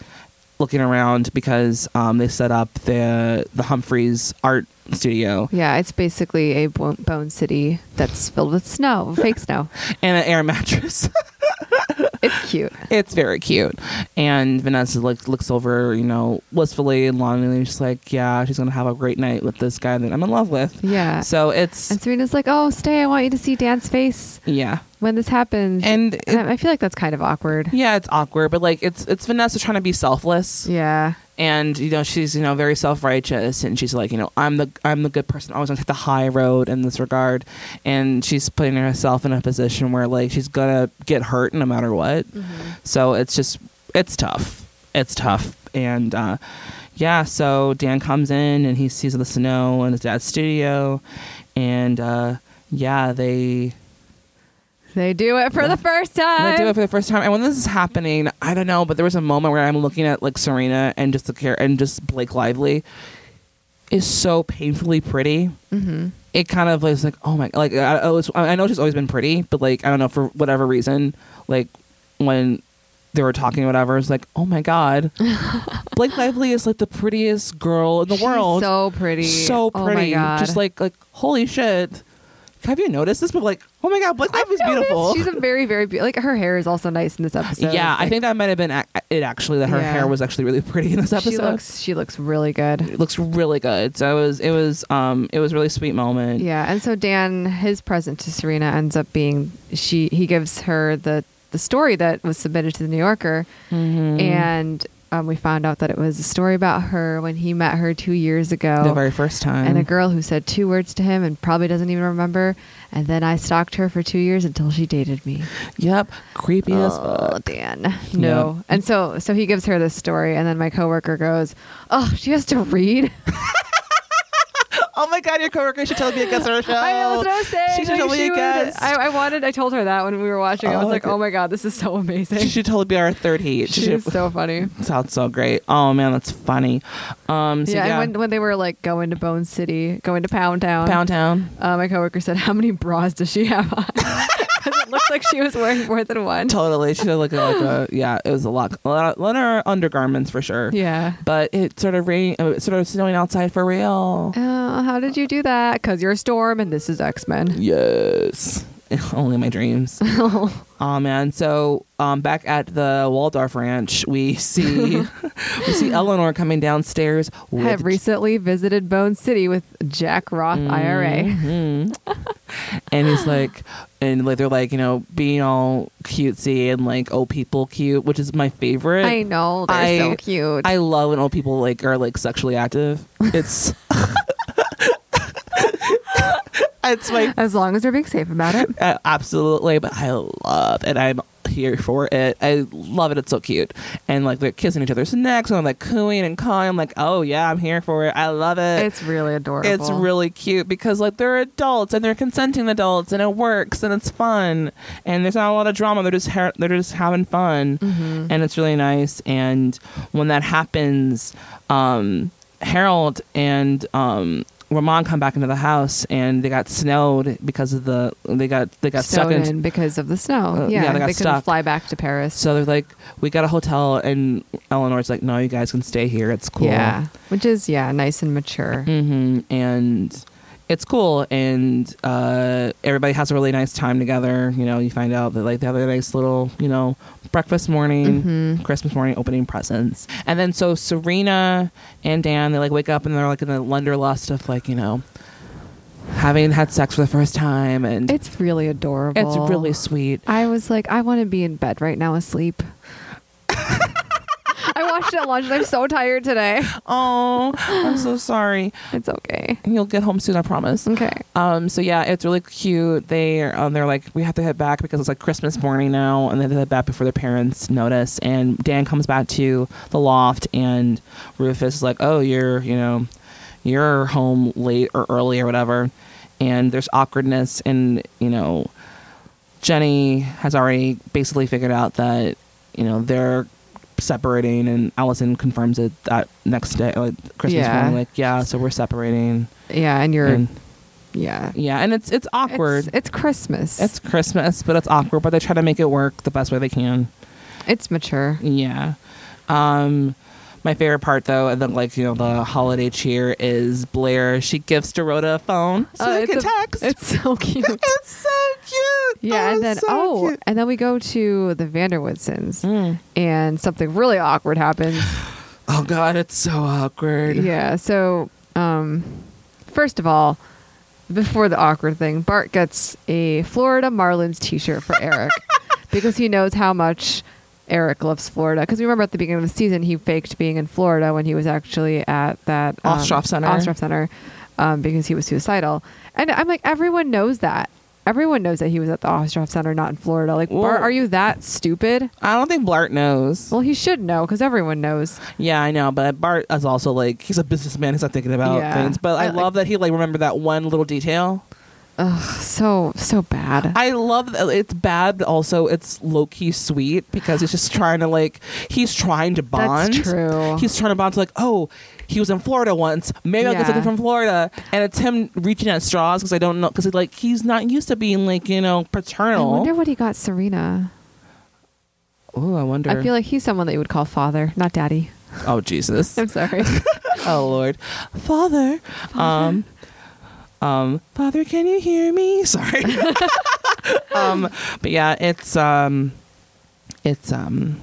looking around because um they set up the the Humphreys art studio
Yeah, it's basically a bo- bone city that's filled with snow, fake snow.
and an air mattress.
It's cute.
it's very cute. And Vanessa like looks over, you know, wistfully and longingly. She's like, "Yeah, she's gonna have a great night with this guy that I'm in love with."
Yeah.
So it's
and Serena's like, "Oh, stay! I want you to see Dan's face
yeah,
when this happens."
And it-
I I feel like that's kind of awkward.
yeah, it's awkward, but like it's it's Vanessa trying to be selfless.
Yeah.
and you know she's you know very self righteous and she's like you know I'm the I'm the good person I always gonna take the high road in this regard and she's putting herself in a position where like she's gonna get hurt no matter what so it's just it's tough it's tough and uh, yeah so Dan comes in and he sees the snow in his dad's studio and uh, yeah they
They do it for the first
and
time.
I do it for the first time. And when this is happening, I don't know, but there was a moment where I'm looking at like Serena and just the care and just Blake Lively is so painfully pretty. Mm-hmm. It kind of was like, oh my, like I, I, was, I know she's always been pretty, but like I don't know for whatever reason, like when they were talking or whatever, it's like, oh my god, Blake Lively is like the prettiest girl in the
She's
world.
so pretty.
so
Oh my
pretty.
God.
Just like like holy shit. Have you noticed this? But like, oh my god, Blake Lively's
Notice
beautiful.
She's a very, very beautiful. Like her hair is also nice in this episode.
yeah,
It's
I
like,
think that might have been ac- it. Actually, that her
Yeah.
hair was actually really pretty in this episode.
she looks. She looks really good.
it looks really good. So it was it was um it was a really sweet moment.
Yeah, and so Dan, his present to Serena ends up being she. He gives her the the story that was submitted to the New Yorker,
Mm-hmm.
and um, we found out that it was a story about her when he met her two years ago.
the very first time.
and a girl who said two words to him and probably doesn't even remember. And then I stalked her for two years until she dated me.
Yep, creepy as fuck.
Oh, Dan. No.
Yeah.
And so so he gives her this story and then my coworker goes, "Oh, she has to read."
Oh my god, your coworker should totally be against her show.
I know that's what I was saying.
She should
Like,
totally
she
be
would-
against.
I, I wanted I told her that when we were watching. I
Oh,
was like,
okay.
"Oh my god, this is so
she
amazing."
should totally be our third heat. She
She's
should-
so funny.
sounds so great. Oh man, that's funny. Um, so
yeah,
yeah,
and when, when they were like going to Bone City, going to Pound Town,
Pound Town.
Uh, my coworker said, "How many bras does she have on?" 'Cause it looked like she was wearing more than one.
Totally, she had like a, like a yeah. It was a lot, a lot, a lot of her undergarments for sure.
Yeah.
but it sort of rain, uh, it sort of snowing outside for real.
Oh, how did you do that? Because you're Storm and this is X Men.
Yes. Only my dreams. oh man. So um back at the Waldorf ranch, we see we see Eleanor coming downstairs with
Have recently visited Bone City with Jack Roth
Mm-hmm.
IRA.
and he's like and like they're like, you know, being all cutesy and like old people cute, which is my favorite.
I know they're
I-
so cute.
I love when old people like are like sexually active. It's it's my
as long as they're being safe about it.
Uh, absolutely, but I love it. I'm here for it. I love it. It's so cute. And like they're kissing each other's necks and I'm like cooing and calling. I'm like, oh yeah, I'm here for it. I love it.
It's really adorable.
It's really cute because like they're adults and they're consenting adults and it works and it's fun and there's not a lot of drama. They're just ha- they're just having fun
Mm-hmm.
and it's really nice. And when that happens, um, Harold and um, Ramon come back into the house and they got snowed because of the they got they got
snowed
stuck in.
in because of the snow.
Uh, yeah,
yeah,
they
they,
got
couldn't
stuck.
fly back to Paris.
So they're like, we got a hotel, and Eleanor's like, no, you guys can stay here. It's cool.
yeah, which is yeah, nice and mature.
hmm and it's cool and uh, everybody has a really nice time together you know you find out that like they have a nice little you know breakfast morning christmas morning opening presents and then so serena and dan they like wake up and they're like in the lust of like you know having had sex for the first time, and it's,
It's really adorable.
really sweet.
I was like, I want to be in bed right now, asleep. I watched it at lunch, and I'm so tired today.
Oh, I'm so sorry.
It's okay.
You'll get home soon, I promise.
Okay.
Um, so yeah, it's really cute. They um, they're like, we have to head back because it's like Christmas morning now, and they have to head back before their parents notice. And Dan comes back to the loft, and Rufus is like, oh, you're you know, you're home late or early or whatever. And there's awkwardness, and you know, Jenny has already basically figured out that you know they're separating, and Allison confirms it that next day, like Christmas
Yeah.
morning, like yeah, so we're separating.
Yeah, and you're.
And-
yeah.
Yeah, and it's it's awkward.
It's, it's Christmas.
It's Christmas, but it's awkward. But they try to make it work the best way they can.
it's mature.
Yeah. Um, my favorite part though, and then like you know the holiday cheer is Blair. She gives Dorota a phone so
Oh,
they
it's
can
a-
text.
It's so cute.
It's so cute.
Yeah,
Oh,
and then
it's so
oh,
cute. Mm.
and then we go to the Vanderwoodsons, and something really awkward happens.
oh god, it's so awkward.
yeah, so um, first of all, before the awkward thing, Bart gets a Florida Marlins T-shirt for Eric because he knows how much Eric loves Florida. Because remember at the beginning of the season, he faked being in Florida when he was actually at that
Ostroff Center.
Ostroff Center, um, because he was suicidal. And I'm like, everyone knows that. Everyone knows that he was at the Ostroff Center, not in Florida. Like, Bart,
Whoa.
are you that stupid?
I don't think Blart knows.
Well, he should know because everyone knows.
Yeah, I know, but Bart is also like he's a businessman. He's not thinking about
Yeah.
things. But I,
I-
love that he like remembered that one little detail.
So so bad.
I love that it's bad, but also it's low key sweet because he's just trying to like he's trying to bond.
true.
He's trying to bond to like oh. He was in Florida once. Maybe I'll
Yeah.
get something from Florida, and it's him reaching at straws because I don't know because like he's not used to being like you know
I
paternal.
wonder what he got Serena.
oh, I wonder.
I feel like he's someone that you would call father, not daddy.
oh Jesus.
I'm sorry.
oh Lord, Father, um, um, Father, can you hear me? Sorry. um, but yeah, it's um, it's um,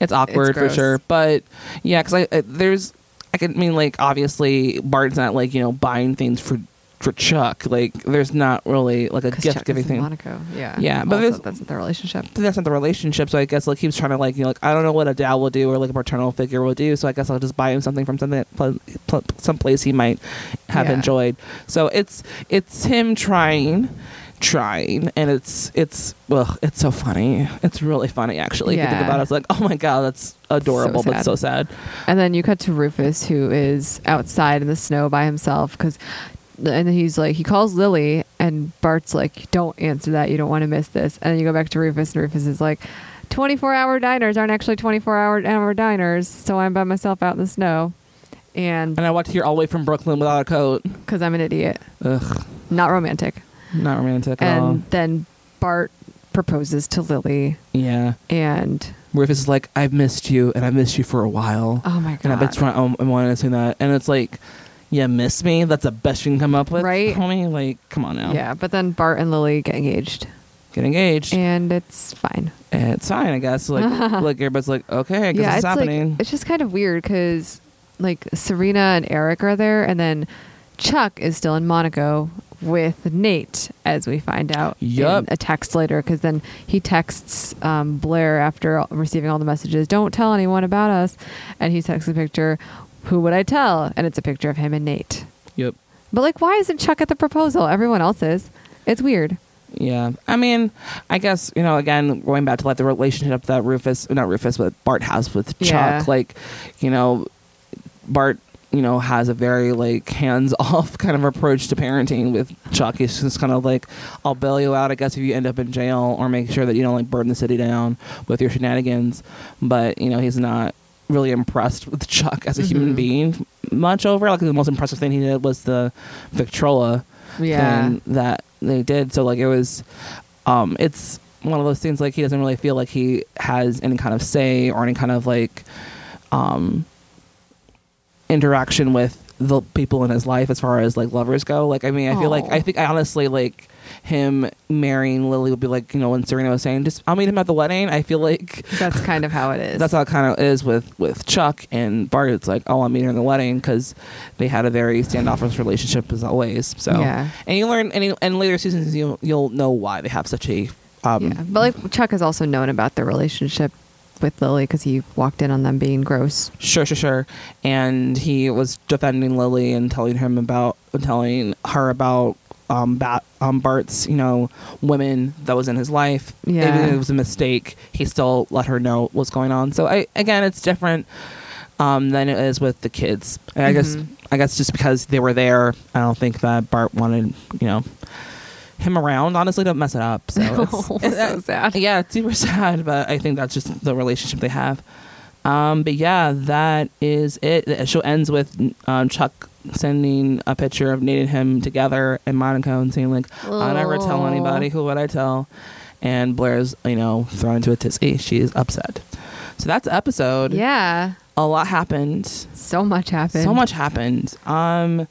it's awkward for
gross.
sure. But yeah, because I, I there's I could mean like obviously Bart's not like you know buying things for for Chuck. Like there's not really like a
'Cause
gift
Chuck
giving
is in
thing.
Monaco. Yeah.
Yeah, but
Also,
there's-
that's not their relationship.
That's not the relationship, so I guess like he was trying to like you know like I don't know what a dad will do or like a paternal figure will do, so I guess I'll just buy him something from something pl- pl- someplace he might have
Yeah.
enjoyed. So it's it's him trying, trying, and it's it's well it's so funny. It's really funny actually. If you
Yeah.
think about it, it's like oh my god, that's adorable,
sad.
but so sad.
And then you cut to Rufus, who is outside in the snow by himself because. And then he's like, he calls Lily, and Bart's like, "Don't answer that. You don't want to miss this." And then you go back to Rufus, and Rufus is like, "24-hour diners aren't actually 24-hour hour diners, so I'm by myself out in the snow, and
And I walked here all the way from Brooklyn without a coat.
because I'm an idiot,
Ugh,
not romantic."
not romantic at all.
And then Bart proposes to Lily,
Yeah.
and
Rufus is like, I've missed you, and I missed you for a while.
Oh my
And I've been
God.
trying. I'm, I'm wanting to say that, and it's like, yeah, miss me. That's the best you can come up with,
Right?
Homie, like, come on now.
yeah, but then Bart and Lily get engaged,
Get engaged.
and it's fine.
And it's fine, I guess. Like, like everybody's like, okay, I guess it's, happening.
like it's just kind of weird because like Serena and Eric are there, and then Chuck is still in Monaco with Nate, as we find out
Yup.
in a text later. Because then he texts um, Blair after all- receiving all the messages, "Don't tell anyone about us," and he texts a picture. Who would I tell? And it's a picture of him and Nate.
yep.
But like, why isn't Chuck at the proposal? Everyone else is. It's weird.
Yeah. I mean, I guess, you know, again, going back to like the relationship that Rufus, not Rufus, but Bart has with Chuck,
Yeah.
like, you know, Bart, you know, has a very like hands off kind of approach to parenting with Chuck. He's just kind of like, I'll bail you out, I guess, if you end up in jail or make sure that you don't like burden the city down with your shenanigans. But, you know, he's not really impressed with Chuck as a human being much over. Like, the most impressive thing he did was the Victrola
Yeah.
thing that they did. So like it was, um, it's one of those things like he doesn't really feel like he has any kind of say or any kind of like, um, interaction with the people in his life as far as like lovers go. Like I mean, I feel like
Aw.
I think I honestly like him marrying Lily would be like you know when Serena was saying just I'll meet him at the wedding. I feel like
That's kind of how it is.
that's how it kind of is with with Chuck and Bart. It's like, oh, I'm meeting her in the wedding because they had a very standoffish relationship as always. So,
Yeah.
and you learn, and, you- and later seasons you'll you'll know why they have such a um,
yeah. But like Chuck has also known about their relationship with Lily because he walked in on them being gross.
sure, sure, sure. And he was defending Lily and telling him about telling her about um, Bat, um Bart's you know women that was in his life.
Yeah.
Even if it was a mistake. He still let her know what's going on. So I again, it's different. um, than it is with the kids. And I guess I guess just because they were there, I don't think that Bart wanted you know him around. Honestly, don't mess it up. So it's,
It's so sad.
yeah, it's super sad, but I think that's just the relationship they have. Um, but yeah, that is it. The show ends with um, Chuck sending a picture of Nate and him together in Monaco and saying like, "I never tell anybody. Who would I tell?" And Blair's you know thrown into a tizzy. She's upset. So that's the episode.
Yeah.
a lot happened.
So much happened.
So much happened. Um,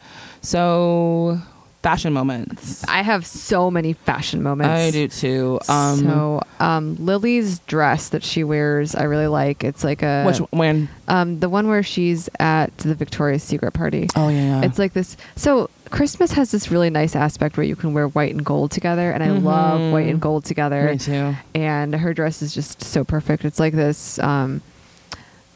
so fashion moments.
I have so many fashion moments.
I do too. Um,
so um, Lily's dress that she wears, I really like. It's like a
which when?
um, the one where she's at the Victoria's Secret party.
Oh, yeah, yeah.
It's like this. So Christmas has this really nice aspect where you can wear white and gold together, and I love white and gold together.
Mm-hmm. Me too.
And her dress is just so perfect. It's like this, um,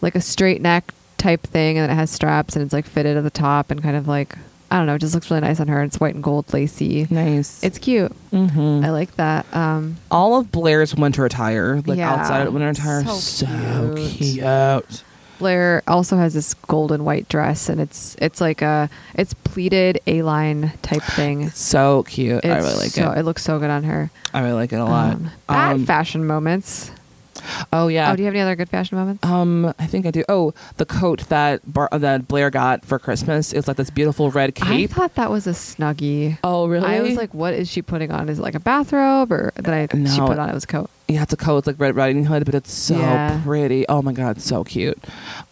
like a straight neck type thing, and then it has straps, and it's like fitted at the top, and kind of like I don't know, it just looks really nice on her. It's white and gold lacy.
Nice.
It's cute. Mm-hmm. I like that. Um,
all of Blair's winter attire, like
Yeah.
outside of winter attire, so,
So
cute.
Blair also has this gold and white dress, and it's it's like a it's pleated A line type thing.
So cute. I
It's
really like
so,
it.
looks so good on her.
I really like it a lot.
Um, bad
Um,
fashion moments.
oh yeah.
Oh, do you have any other good fashion moments?
um, I think I do. Oh, the coat that Bar- that Blair got for Christmas. It's like this beautiful red
I
cape.
thought that was a snuggie.
oh, really?
I was like, what is she putting on? Is it like a bathrobe? Or then I she
No.
put on it was a coat.
yeah, it's a coat with like Red Riding Hood, but it's so
Yeah.
pretty. Oh my god, so cute.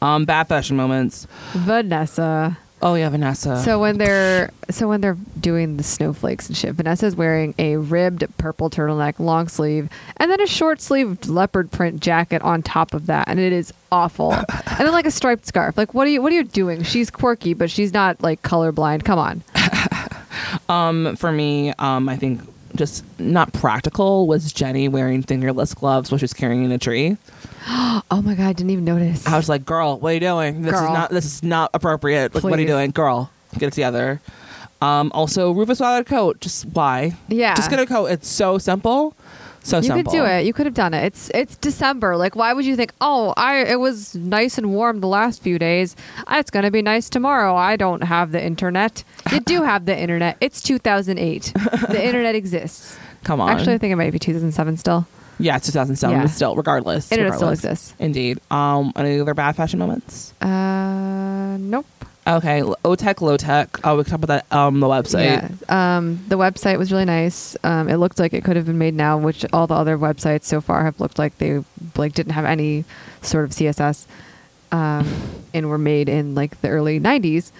Um, bad fashion moments.
Vanessa.
Oh yeah, Vanessa.
So when they're so when they're doing the snowflakes and shit, Vanessa's wearing a ribbed purple turtleneck, long sleeve, and then a short sleeved leopard print jacket on top of that, and it is awful. and then like a striped scarf. Like what are you what are you doing? She's quirky, but she's not like colorblind. Come on.
for me, um, I think just not practical was Jenny wearing fingerless gloves while she was carrying a tree.
Oh my god, I didn't even notice.
I was like, "Girl, what are you doing? This is
Girl.
not this is not appropriate. Like, what are you
Please.
doing, girl? Get it together." Um, also, Rufus without a coat. Just why?
Yeah.
just get a coat. It's so simple. So
you
simple.
could do it. You could have done it. It's it's December. Like, why would you think? Oh, I it was nice and warm the last few days. Ah, It's gonna be nice tomorrow. I don't have the internet. You do have the internet. It's 2008. the internet exists.
Come on.
Actually, I think it might be 2007 still.
yeah, it's 2007.
Yeah.
But still, regardless,
Internet still
regardless.
exists.
Indeed. Um, any other bad fashion moments?
Uh, nope.
Okay, low tech, low tech. Oh, we can talk about that. Um, the website.
Yeah. Um, the website was really nice. Um, it looked like it could have been made now, which all the other websites so far have looked like they like didn't have any sort of CSS, um, and were made in like the early '90s.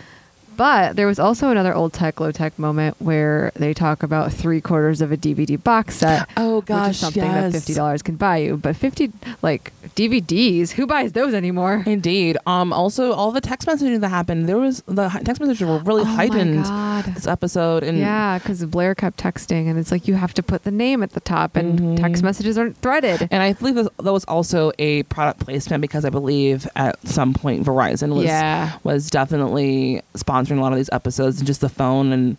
But there was also another old tech, low tech moment where they talk about three quarters of a DVD box set.
Oh,
which
gosh,
is something
yes.
that fifty dollars can buy you. But fifty like DVDs, who buys those anymore?
Indeed. Um. Also, all the text messaging that happened, there was the hi- text messages were really
Oh my
heightened
God.
this episode, and
Yeah, because Blair kept texting, and it's like you have to put the name at the top, and text
Mm-hmm.
messages aren't threaded.
and I believe that that was also a product placement because I believe at some point Verizon was
Yeah.
was definitely sponsoring a lot of these episodes, and just the phone and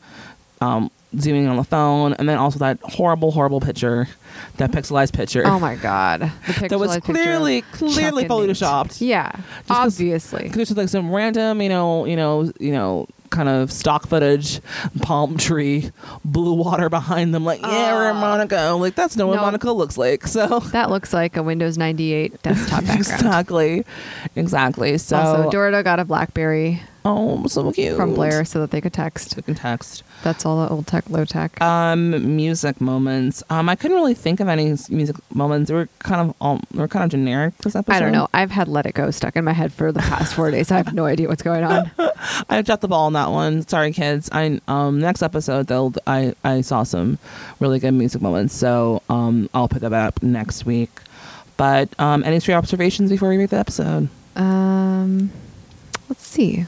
um zooming in on the phone, and then also that horrible, horrible picture, that pixelized picture.
Oh my god, the
That was
pixelized picture
clearly-
of Chuck
clearly
and Nate.
photoshopped.
Yeah,
'cause-
obviously.
Because it's like some random, you know, you know, you know, kind of stock footage, palm tree, blue water behind them. Like, yeah, we're in Monaco. Like, that's not what
No.
Monaco looks like. So
That looks like a Windows 98 desktop background.
exactly, exactly. So
Also, Dorado got a BlackBerry.
Oh, so cute.
from Blair so that they could text.
We can text.
That's all the old tech, low tech.
Um, music moments. Um, I couldn't really think of any s- music moments. They were kind of all they were kind of generic this episode.
I don't know. I've had Let It Go stuck in my head for the past four days. I have no idea what's going on.
I dropped the ball on that one. Sorry, kids. I um next episode though I I saw some really good music moments, so um I'll pick that up next week. But um, any stray observations before we rate the episode?
Um, let's see.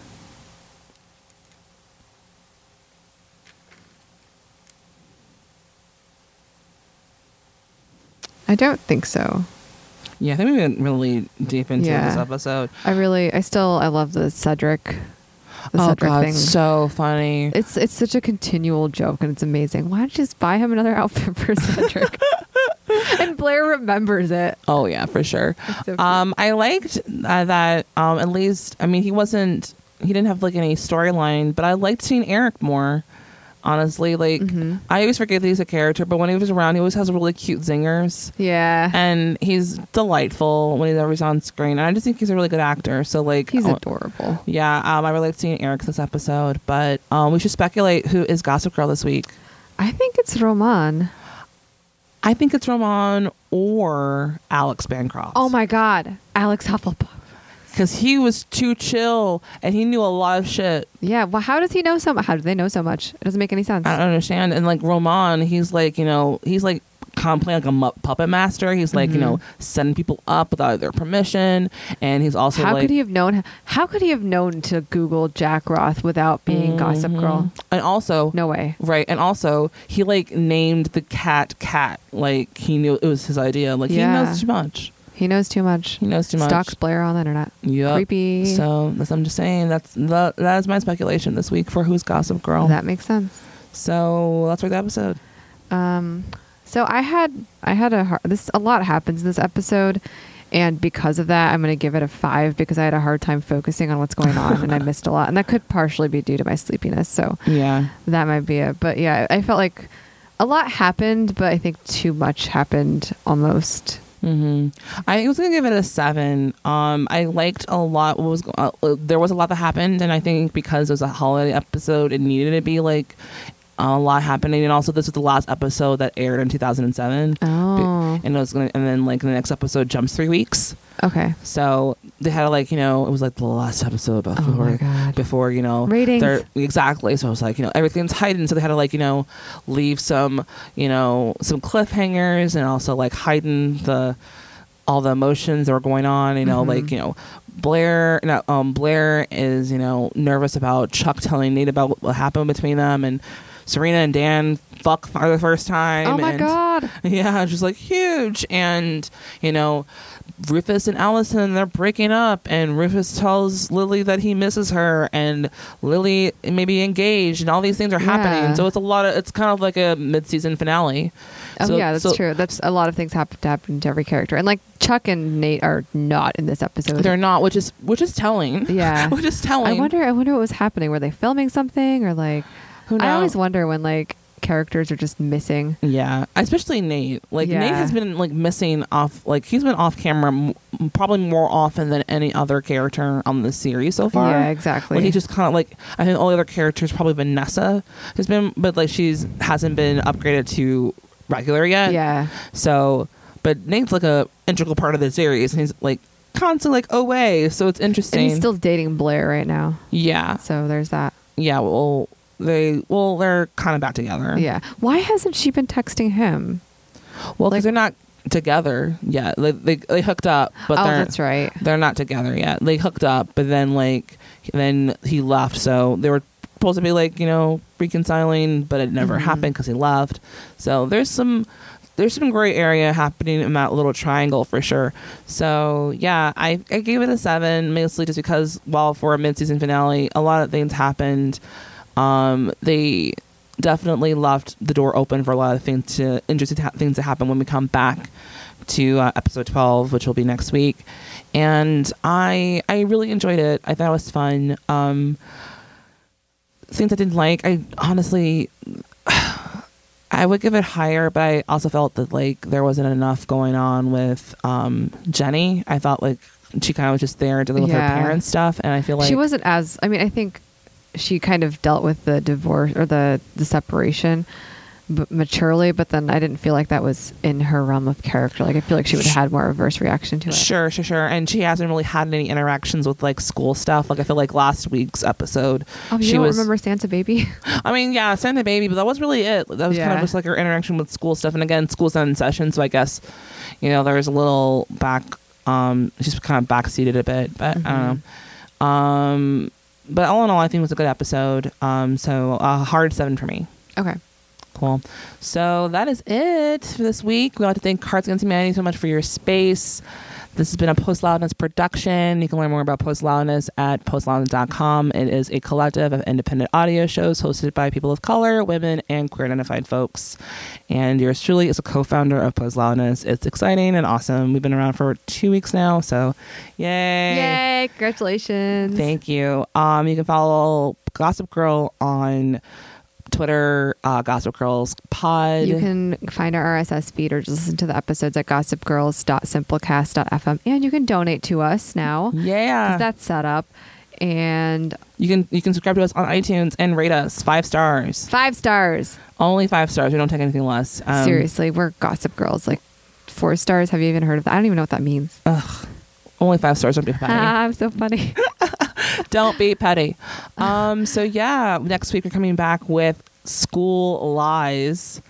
I don't think so.
Yeah, I think we went really deep into
Yeah.
this episode.
I really, I still, I love the Cedric. The
oh
Cedric
god,
thing.
so funny.
it's it's such a continual joke, and it's amazing. Why don't you just buy him another outfit for Cedric? and Blair remembers it.
Oh yeah, for sure.
so cute.
um, I liked uh, that. Um, at least I mean he wasn't he didn't have like any storyline, but I liked seeing Eric more. Honestly, like
Mm-hmm.
I always forget that he's a character, but when he was around, he always has really cute zingers,
Yeah,
and he's delightful whenever he's on screen. And I just think he's a really good actor. So like
he's
I-
adorable.
Yeah, um, I really liked seeing Eric this episode, but um, we should speculate who is Gossip Girl this week.
I think it's Roman.
I think it's Roman or Alex Bancroft.
Oh my God, Alex Hufflepuff.
because he was too chill and he knew a lot of shit.
Yeah. Well, how does he know so? mu- How do they know so much? It doesn't make any sense.
I don't understand. And like Roman, he's like you know he's like kind of playing like a mu- puppet master. He's like
Mm-hmm.
you know setting people up without their permission, and he's also
how
like
could he have known? How could he have known to Google Jack Roth without being Gossip Girl?
and also
No way.
Right, and also he like named the cat cat. Like he knew it was his idea. Like
Yeah.
he knows too much.
He knows too much.
He knows too much.
Stalks Blair on the internet.
Yeah,
Creepy.
So that's I'm just saying that's the, that is my speculation this week for who's Gossip Girl.
that makes sense.
so that's right the episode.
Um, so I had I had a hard, this a lot happens in this episode, and because of that, I'm going to give it a five because I had a hard time focusing on what's going on and I missed a lot, and that could partially be due to my sleepiness. So
Yeah.
that might be it. But yeah, I felt like a lot happened, but I think too much happened almost.
hmm I was gonna give it a seven. Um, I liked a lot. What was go- uh, uh, there was a lot that happened, and I think because it was a holiday episode, it needed to be like a lot happening. And also, this was the last episode that aired in two thousand and seven.
Oh.
and it was gonna, and then like the next episode jumps three weeks.
Okay.
So they had like you know it was like the last episode before
Oh God.
before you know
Ratings.
their- exactly. So I was like you know everything's heightened. So they had to like you know leave some you know some cliffhangers and also like heighten the all the emotions that were going on. You know
Mm-hmm.
like you know Blair no, um Blair is you know nervous about Chuck telling Nate about what, what happened between them and Serena and Dan fuck for the first time.
Oh my
and-
God.
yeah, just like huge. And, you know, Rufus and Allison, they're breaking up. And Rufus tells Lily that he misses her. And Lily may be engaged. And all these things are
Yeah.
happening. So it's a lot of, it's kind of like a mid season finale.
Oh
So-
yeah, that's
so
true. That's a lot of things happen to happen to every character, and like Chuck and Nate are not in this episode.
They're not, which is, which is telling.
Yeah.
which is telling.
I wonder. I wonder what was happening. Were they filming something or like?
Who
I always
knows?
wonder when like characters are just missing.
Yeah, especially Nate. Like
Yeah.
Nate has been like missing off. Like he's been off camera m- probably more often than any other character on the series so far.
Yeah, exactly.
Like he just kind of like I think all the other characters probably Vanessa has been, but like she's hasn't been upgraded to regular yet.
Yeah.
So, but Nate's like a integral part of the series, and he's like constantly like away. So it's
And
interesting.
he's still dating Blair right now,
yeah,
so there's that.
yeah. Well, they well they're kind of back together.
Yeah. Why hasn't she been texting him?
Well,
Like-
because they're not together yet. They, they they hooked up, but
Oh,
they're,
that's right.
They're not together yet. They hooked up, but then like then he left. So they were supposed to be like you know reconciling, but it
Mm-hmm.
never happened because he left. So there's some there's some gray area happening in that little triangle for sure. So yeah, I I gave it a seven mostly just because while for a mid season finale, a lot of things happened. Um, they definitely left the door open for a lot of things to interesting ha- things to happen when we come back to uh, episode 12 which will be next week and i i really enjoyed it i thought it was fun um things i didn't like i honestly i would give it higher but i also felt that like there wasn't enough going on with um jenny i thought like she kind of was just there dealing with
Yeah.
her parents' stuff, and I feel like
she wasn't as i mean i think she kind of dealt with the divorce or the the separation b- maturely but then i didn't feel like that was in her realm of character like i feel like she would have had more adverse reaction to it
Sure, sure, sure. And she hasn't really had any interactions with like school stuff. Like I feel like last week's episode,
oh you
she
don't
was.
remember santa baby
I mean, yeah, send a baby, but that was really it. That was kind
Yeah.
of just like her interaction with school stuff. And again, school's not in session, so I guess you know there was a little back. Um, she's kind of backseated a bit, but I
Mm-hmm.
don't know. Um, but all in all, I think it was a good episode. Um, so a hard seven for me.
okay
Cool. So that is it for this week. We want to thank Cards Against Humanity so much for your space. This has been a Post Loudness production. You can learn more about Post Loudness at postloudness.com. It is a collective of independent audio shows hosted by people of color, women, and queer identified folks. And yours truly is a co founder of Post Loudness. It's exciting and awesome. We've been around for two weeks now, so yay.
yay congratulations
Thank you. Um, you can follow Gossip Girl on Twitter, uh, Gossip Girls Pod.
you can find our RSS feed or just listen to the episodes at gossipgirls.simplecast.fm. And you can donate to us now. 'cause
yeah,
That's set up. And
you can you can subscribe to us on iTunes and rate us five stars.
five stars.
Only five stars. We don't take anything less. Um,
Seriously, we're gossip girls. Like four stars. Have you even heard of that? I don't even know what that means.
Only five stars. Don't be petty.
Ah, I'm so funny.
don't be petty. Um, so yeah, next week we're coming back with School Lies.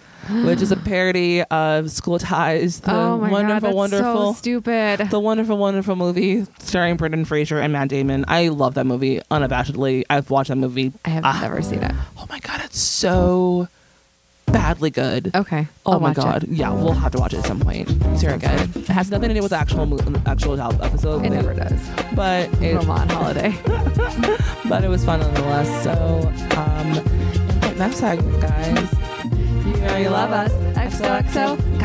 Which is a parody of School Ties, the
oh my
wonderful,
god, that's
wonderful,
so stupid.
the wonderful, wonderful movie starring Brendan Fraser and Matt Damon. I love that movie unabashedly. I've watched that movie.
I have
Ah.
never seen it.
Oh my god, it's so badly good.
Okay.
Oh
I'll
my
watch it.
god. Yeah, we'll have to watch it at some point. It's very good. It has nothing to do with the actual mo- actual job episode.
It never does.
But it,
Roman holiday.
but it was fun nonetheless. So um, next time, guys.
You know you love us. XOXO.